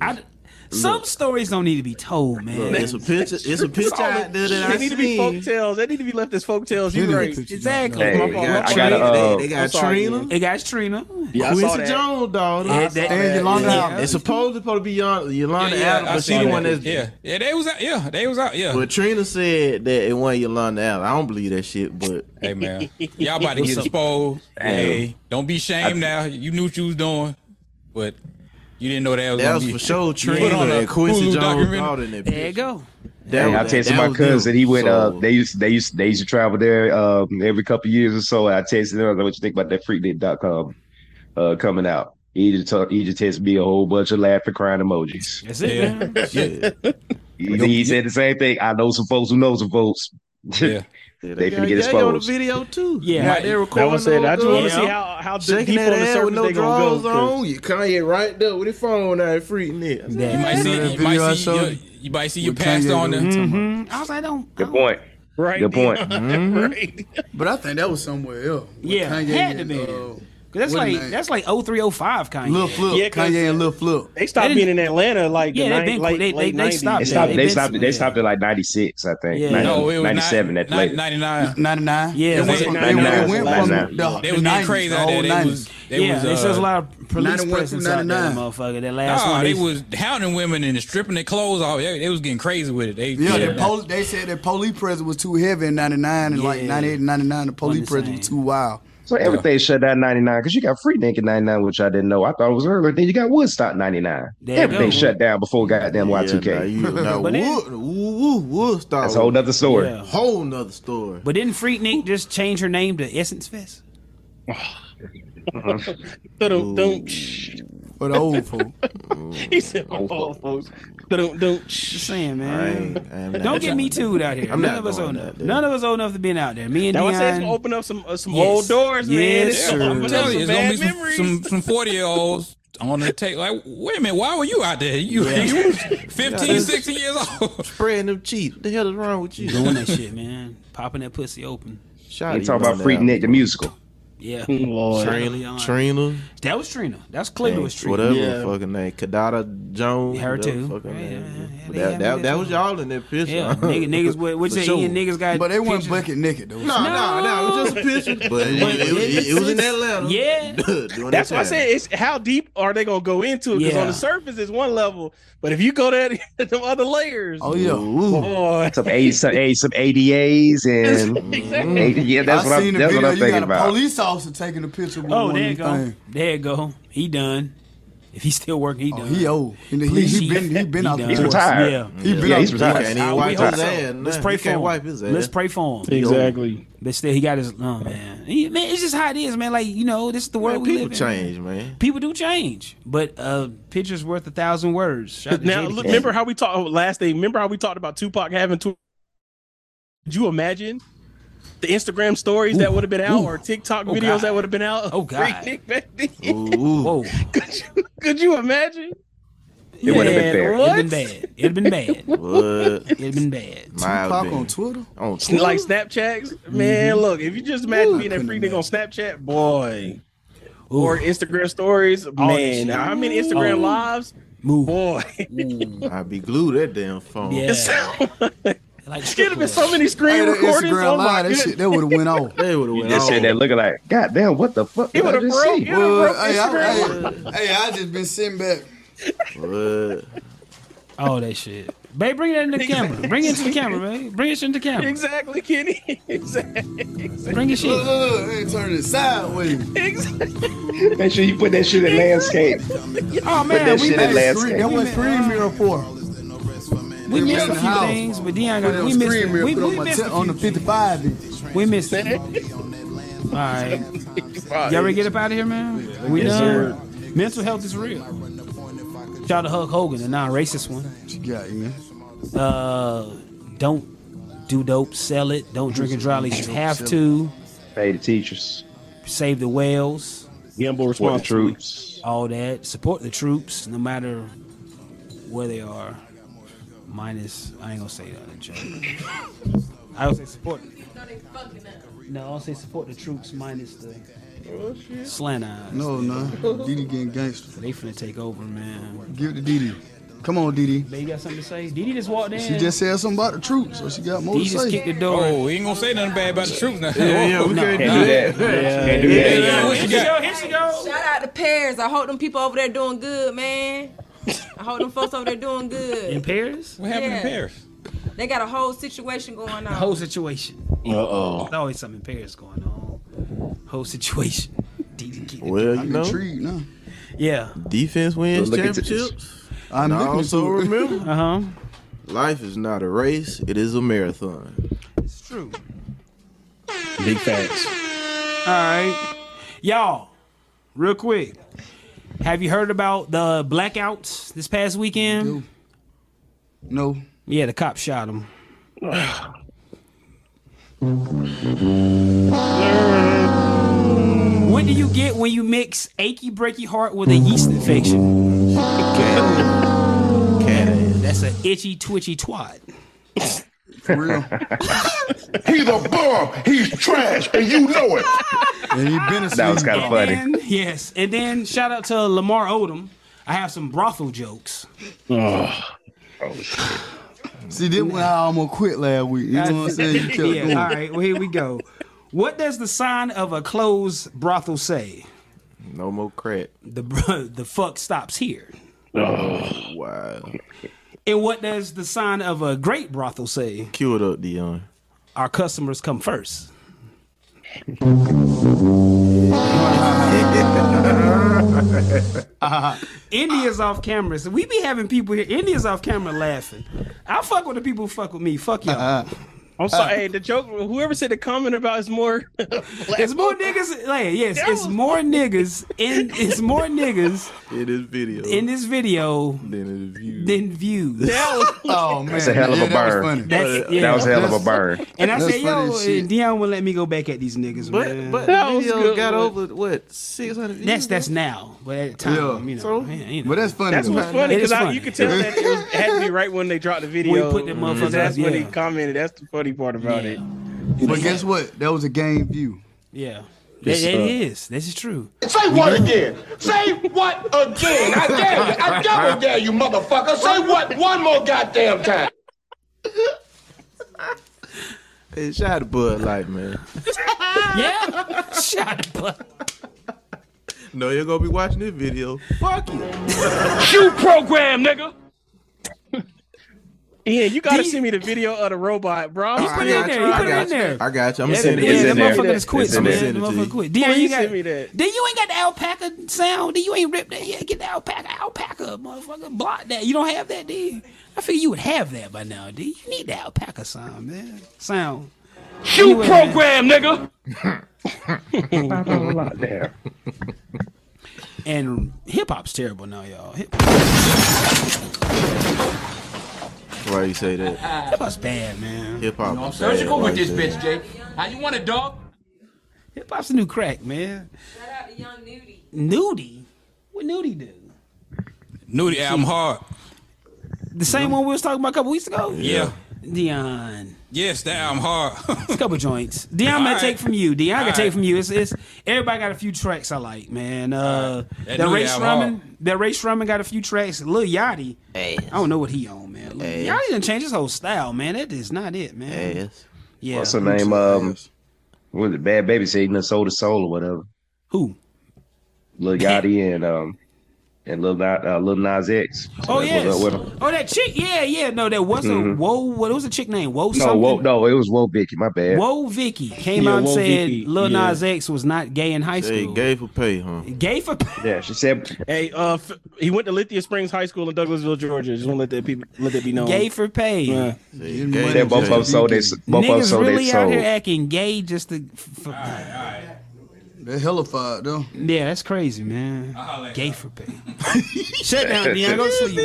A: I- some stories don't need to be told, man.
D: Look, it's a picture. It's a picture out there that
J: They
D: I
J: need to be folk
D: seen.
J: tales. They need to be left as folk tales.
E: Plenty
J: You
E: of
J: right?
E: pictures.
A: exactly.
I: Hey,
J: My fault.
I: I
J: My
I: got a,
J: fault.
I: uh,
D: They
J: I'm
D: got
J: sorry,
D: Trina.
A: It got Trina.
J: Yeah, I saw
D: Quincy
J: that.
D: Jones, dog.
A: Yeah, that-
E: And Yolanda
A: yeah.
E: Adams.
D: It's supposed to supposed to be Yon-
C: Yeah,
D: Yolanda
C: yeah,
D: Adams,
C: I
D: but
C: see
D: she the
C: that.
D: one that's.
C: yeah, yeah, they was out. Yeah, they was out. Yeah,
D: But Trina said that it wasn't Yolanda Adams. I don't believe that shit, but
C: hey man, y'all about to get exposed. Hey, don't be shamed now. You knew what you was doing, but you didn't know that was
D: that
C: gonna
D: was
C: be.
D: for sure
C: put on
D: Trina
C: a
D: and Quincy
C: Hulu
D: Jones
C: documentary.
D: daughter in that
A: There you
D: bitch.
A: go.
D: That
I: Hey,
D: was-
I: I texted
D: that
I: my
D: was
I: cousin.
D: them.
I: He went.
D: So,
I: uh, they used. They used. They used to travel there uh, every couple years or so. I texted him. I was like, "What you think about that freaknik.com uh, coming out?" He just told- he just texted me a whole bunch of laughing, crying emojis.
A: That's it,
C: Yeah.
A: man.
D: shit.
I: He, he said the same thing. I know some folks who know some folks.
C: Yeah.
I: They finna
L: got
I: get
L: Ye on the
I: exposed.
L: video too.
I: Yeah.
L: Like, they're recording.
J: said, I just
L: want
J: wanna see how- how deep
L: shaking
J: on
L: that
J: the
L: ass
J: surface
L: with no
J: they gonna go,
L: drawers on.
J: 'cause-
L: You Kanye right there with his phone out freaking it.
C: You might see, you might see, your, you might see your pastor on there.
A: I was like, don't.
I: Good point.
J: Right. Mm-hmm.
I: Good point.
A: Right.
E: But I think that was somewhere else. with
A: Yeah,
E: Kanye
A: had to
E: and,
A: be.
E: uh,
A: 'Cause that's
E: what
A: like
E: his name?
A: that's like 0305 Kanye.
E: Lil Flip, Yeah, 'cause Kanye and Lil Flip.
J: They stopped being in Atlanta like the
A: yeah, they
J: nine-
A: been,
J: late-
A: they,
J: late
A: they, they
J: 90s.
A: stopped.
I: They
A: that.
I: stopped.
A: They
I: They
A: been-
I: stopped. They stopped at like ninety six, I think.
A: Yeah.
I: 90,
C: Oh,
A: No, it was
I: 97 at the
C: Nin-
I: latest.
C: 99.
E: 99.
A: Yeah,
I: It
A: they-
I: went from-
A: they-
I: they
A: they
I: went
A: went
I: from
A: from
I: the-
A: the-
C: They
A: the
C: was being
A: 90s,
C: crazy out
A: the
C: there.
A: whole
C: They
A: 90s.
C: was, they
A: yeah,
C: was,
A: they says
C: uh,
A: a lot of police
E: 91
A: presence
E: through
A: out there,
E: 99.
A: motherfucker. That last
C: Nah,
A: one,
C: they was hounding women and stripping their clothes off. They, they was getting crazy with it. They,
E: Yeah, The pol- they said that police presence was too heavy in 99 and like 98 and 99, the police presence was too wild.
I: So everything shut down ninety nine because you got Free Naked ninety nine, which I didn't know. I thought it was earlier. Then you got Woodstock ninety nine.
E: There you
I: Everything
E: go.
I: shut down before goddamn Y two
D: nah,
I: K.
D: you- nah,
A: But then-
D: Wood- Woo- Woo- Woodstock
I: That's a whole nother story.
A: Yeah.
D: Whole nother story.
A: But didn't Freaknik just change her name to Essence Fest?
J: Dun- dun-
E: For the old folk.
J: He said, "Oh, folks, don't don't." Just
A: saying, man.
D: not
A: Don't get
D: trying-
A: me too out here.
D: I'm
A: None
D: not
A: of us
D: going
A: old
D: out
A: enough.
D: there.
A: None of us old enough to be out there. Me and
J: That was
A: Dion.
J: gonna open up some uh, some
A: Yes.
J: old doors, man.
A: Yes,
J: It's
A: sir.
J: gonna
C: I'm
J: open up
C: telling
J: some
C: you, it's gonna
J: bad
C: be some-
J: memories.
C: some some forty year olds on the tape. Like, wait a minute, why were you out there? You, you was 15, 16 years old.
D: Spreading them cheap. What the hell is wrong with you?
A: doing that shit, man. Popping that pussy open.
D: Shot
I: You talking about Free Nick the musical?
A: Yeah.
J: Lord.
A: Trina
D: Trina.
A: Leon.
D: Trina.
A: That was Trina. That's clearly
D: and
A: was Trina.
D: Whatever fucking name. Kadada Jones.
A: Her
D: whatever
A: too.
D: Fucking name. But
A: they
D: that
A: had
D: that,
A: that
D: that
A: too.
D: was y'all in that picture.
A: Yeah, nigga, niggas, would- what you
D: For
A: say? Ian niggas got.
E: But they weren't
A: pictures-
E: bucket naked, though.
D: No, no, no. It was just a picture. But it, it, it, it was in Atlanta.
A: Yeah.
D: During
J: That's
D: that
J: why I
D: time.
J: said it's how deep are they gonna go into it? Because
D: Yeah.
J: on the surface it's one level, but if you go to the other layers,
E: oh yeah,
J: boy,
I: Some A some, A, some ADAs and
J: Mm.
I: AD, yeah, that's
E: I
I: what I'm
E: seen the
I: that's what
E: video,
I: I'm
E: you
I: thinking
E: got a
I: about.
E: police officer taking a picture with
A: Oh,
E: one
A: there you
E: of
A: go.
E: them things.
A: There you go. He done. If he's still working, he done.
E: Oh, He old. And he,
A: Please,
E: he
A: he-
E: been he been out
A: done.
E: there.
A: He's retired. Yeah.
E: He been
A: Yeah,
E: out
A: he's
E: there.
A: retired.
D: And he wiped
A: hope
D: his
A: so.
D: ass.
A: Let's
D: Nah,
A: pray
D: he
A: for
D: can't
A: him.
D: wipe his ass.
A: Let's pray for him.
D: Exactly.
A: But still, he got his. Oh man, He- man, it's just how it is, man. Like you know, this is the world
D: Man,
A: we
D: people
A: live in.
D: change, man.
A: People do change, but uh, pictures worth a thousand words. Shout out to
J: now
A: Jadakiss.
J: look, remember how we talked oh, last day? Remember how we talked about Tupac having two? Could you imagine the Instagram stories that would have been out or TikTok
A: Oh,
J: videos
A: God.
J: that would have been out?
A: Oh, God.
J: Freak Nick back then.
A: Whoa.
J: Could you imagine?
I: It wouldn't have been fair.
A: It'd been bad. It'd been bad.
D: What?
A: It'd been bad.
D: Miles
E: Tupac
D: been
E: on Twitter.
D: on Twitter.
J: Like Snapchats, man. Look, if you just imagine being that freak nigga on Snapchat, boy, or Instagram stories, man.
A: shit.
J: How many Instagram
A: Oh.
J: lives,
A: Move.
J: boy?
D: I'd be glued that damn phone.
A: Yeah. Like
J: There'd have been so many screen
E: Hey, that
J: recordings.
E: Instagram
J: Oh my
E: live, that shit,
J: goodness.
E: that would have went off.
D: They would have
I: You
D: went
I: just
D: all
I: said that looking like, God damn, what the fuck?
J: It
I: did I
J: would have
I: just
J: broke.
I: see?"
J: It would
E: Well, hey,
J: have broke Instagram.
E: I, hey, hey, I just been sitting back.
D: What?
A: All that shit. Babe, bring that in the camera. Bring it to the camera, man. Bring it shit in the camera.
J: Exactly, Kenny. Exactly.
A: Bring your shit.
E: Look, look, look, hey, turn it sideways.
I: Make sure you put that shit in landscape.
A: Oh
I: Put
A: man,
I: that
A: we
I: shit
A: missed,
I: in landscape.
E: That was Screen Mirror 4.
A: we
E: Put it
A: missed
E: in
A: a
E: the
A: few
E: house.
A: things, but Dion
E: Put it
A: got
E: on
A: we
E: Screen
A: missed
E: Mirror,
A: we,
E: put it on
A: we
E: my
A: missed
E: te-
A: a
E: on the
A: few-
E: 55. inch.
A: we missed. it. All right, y'all ready to get up out of here, man? We
J: Yes, sir.
A: done. Mental health is real. Shout out to Hulk Hogan, the non-racist one.
E: Yeah, man.
A: Uh, don't do dope, sell it. Don't drink and drive unless you have to.
I: Pay the teachers.
A: Save the whales,
J: Gamble
I: What the
J: responsibly.
I: troops.
A: all that. Support the troops, no matter where they are. Minus, I ain't gonna say that in joke. I would say support. No, I'll say support the troops minus the slant eyes.
E: No, no. Diddy getting gangster.
A: They finna take over, man.
E: Give it to Diddy. Come on, Diddy.
A: Baby got something to say? Didi just walked in.
E: She just said something about the truth, so she got more
A: Didi
E: to
A: just
E: say.
A: kicked the door.
C: Oh, he ain't gonna say nothing bad about the troops now.
D: Yeah, yeah, we
A: Oh, No.
D: can't
I: Can't do that. Can't do that.
C: What you got?
A: here she go.
B: Shout out to Paris. I hope them people over there doing good, man. I hope them folks over there doing
A: In
B: good.
A: Paris?
C: What happened
B: Yeah.
C: in Paris?
B: They got a whole situation going
A: The whole
B: on.
A: situation.
J: Uh oh.
A: There's always something in Paris going on. Whole situation. Didi kicked the
D: Well,
A: door.
D: you
E: I'm
D: know,
E: intrigued now.
A: Yeah.
D: defense wins
I: Look at this.
D: championships.
E: I'm
D: And I
E: looking
D: also
E: to it.
D: remember,
A: Uh huh.
D: life is not a race; it is a marathon.
A: It's true.
J: Big facts.
A: All right. Y'all, real quick. Have you heard about the blackouts this past weekend?
E: No.
A: Yeah, the cop shot him. What do you get when you mix achy breaky heart with a yeast infection? That's an itchy twitchy twat.
F: He's a bum. He's trash, and you know it.
E: And he been
I: That was kinda funny.
A: then- yes, and then shout out to Lamar Odom. I have some brothel jokes.
E: Oh, See, this when I almost quit last week. You know what I'm saying? You kept
A: yeah,
E: going.
A: all right. Well, here we go. What does the sign of a closed brothel say?
D: No more crap.
A: The bro- the fuck stops here.
D: Oh. Wow.
A: And what does the sign of a great brothel say?
D: Cue it up, Dion.
A: Our customers come first. India's off camera. So we be having people here. India's off camera laughing. I fuck with the people who fuck with me. Fuck y'all.
J: I'm sorry. hey, the joke. Whoever said the comment about it's more.
A: It's more niggas. Like, yes, it's more niggas in. It's more niggas
D: In this video.
A: in this video
D: Then it's you.
A: than views.
E: oh
I: That's a hell of a burn.
A: That's- yeah.
I: That was a hell of a burn.
A: And I
D: That's
A: said,
D: funny
A: yo,
D: as shit.
A: and Dion will let me go back at these niggas, man.
L: But
A: That
L: the
A: was
L: video
A: good,
L: got
A: man.
L: over what six hundred.
A: That's that's now, but at the time,
L: Yeah.
A: you know,
L: So-
A: man, you know.
E: But that's funny.
J: That's
E: though.
J: what's funny
A: It is
J: because
A: funny.
J: you could tell that it, was, it had to be right when they dropped the video.
A: We put them
J: and
A: motherfuckers
J: That's
A: up,
J: when
A: yeah.
J: he commented. That's the funny part about it.
E: But guess what? That was a game view.
A: Yeah, it
E: Yes,
A: is.
E: sir.
A: This is true.
F: Say what again? Say what again? I dare you. I double dare you, motherfucker. Say what one more goddamn time.
D: Hey, shout out to Bud Light, man.
A: Yeah, shot but
D: No, you're gonna be watching this video.
A: fuck you.
H: Shoot program, nigga.
J: Yeah, you gotta
A: Did-
J: send me the video of the robot, bro.
A: You put it in there. You put it in there.
D: I got you. I'm
A: Yeah,
D: gonna send it
A: yeah,
D: to you.
A: that motherfucker is quick,
D: It's in
A: man.
D: there.
A: That
D: Send it to
A: motherfucker
D: you.
A: quick. Dion,
J: Please
A: you got.
J: send me that.
A: Then you ain't got the alpaca sound. Then you ain't ripped that. Yeah, get the alpaca, alpaca, motherfucker. Block that. You don't have that, D. I figure you would have that by now, D. You need the alpaca sound, man. Sound.
H: Shoot
A: Anyway,
H: program, nigga.
A: And hip hop's terrible now, y'all. Hip
D: Why you say that?
A: hop's bad, man.
D: Hip hop. is bad
M: Surgical with
D: like
M: this
D: that.
M: bitch, Jake. How you want it, dog?
A: Hip hop's a new crack, man. Nudie? What Nudie do?
C: Nudie album hard.
A: The same one we was talking about a couple weeks ago?
C: Yeah.
A: Dion.
C: Yes, that album hard.
A: It's a couple joints. Dion may
C: All right.
A: take from you. Dion can
C: All
A: take
C: right.
A: from you. It's, it's everybody got a few tracks I like, man. Uh
C: That
A: that,
C: Nudie
A: Ray
C: album
A: Shrumman, that Ray Shrumman got a few tracks. Lil Yachty. I don't know what he on, man. Lil
D: Ass.
A: Yachty done changed his whole style, man. That is not it, man.
D: Ass.
A: Yeah.
I: What's her name? Um, what was it? Bad Baby said he done sold his soul or whatever.
A: Who?
I: Lil Yachty and um and Lil Nas, uh, Lil Nas X. So
A: Oh
I: that's
A: yes.
I: what's up with him.
A: Oh that chick. Yeah, yeah. No, that wasn't
I: Mhm.
A: Whoa. What was the chick name? Whoa
I: No,
A: something.
I: whoa, no, it was Woe Vicky. My bad.
A: Whoa Vicky came
I: Yeah,
A: out and
I: Whoa
A: said
I: Vicky,
A: Lil
I: yeah.
A: Nas X was not gay in high
D: Hey,
A: school.
D: gay for pay, huh?
A: Gay for
I: Yeah, she said.
J: Hey, uh, f- he went to Lithia Springs High School in Douglasville, Georgia. Just want to let that people let that be known.
A: gay for pay.
J: Yeah.
D: Hey,
I: They
D: gay
I: said
D: for
I: both of
D: pay.
I: them sold their both of them
A: Niggas
I: sold their
A: really out
I: soul.
A: here acting gay just to. F- f-
E: They're hellified though.
A: Yeah, that's crazy, man. Gay for pay. Shut down, Dion. Go to sleep.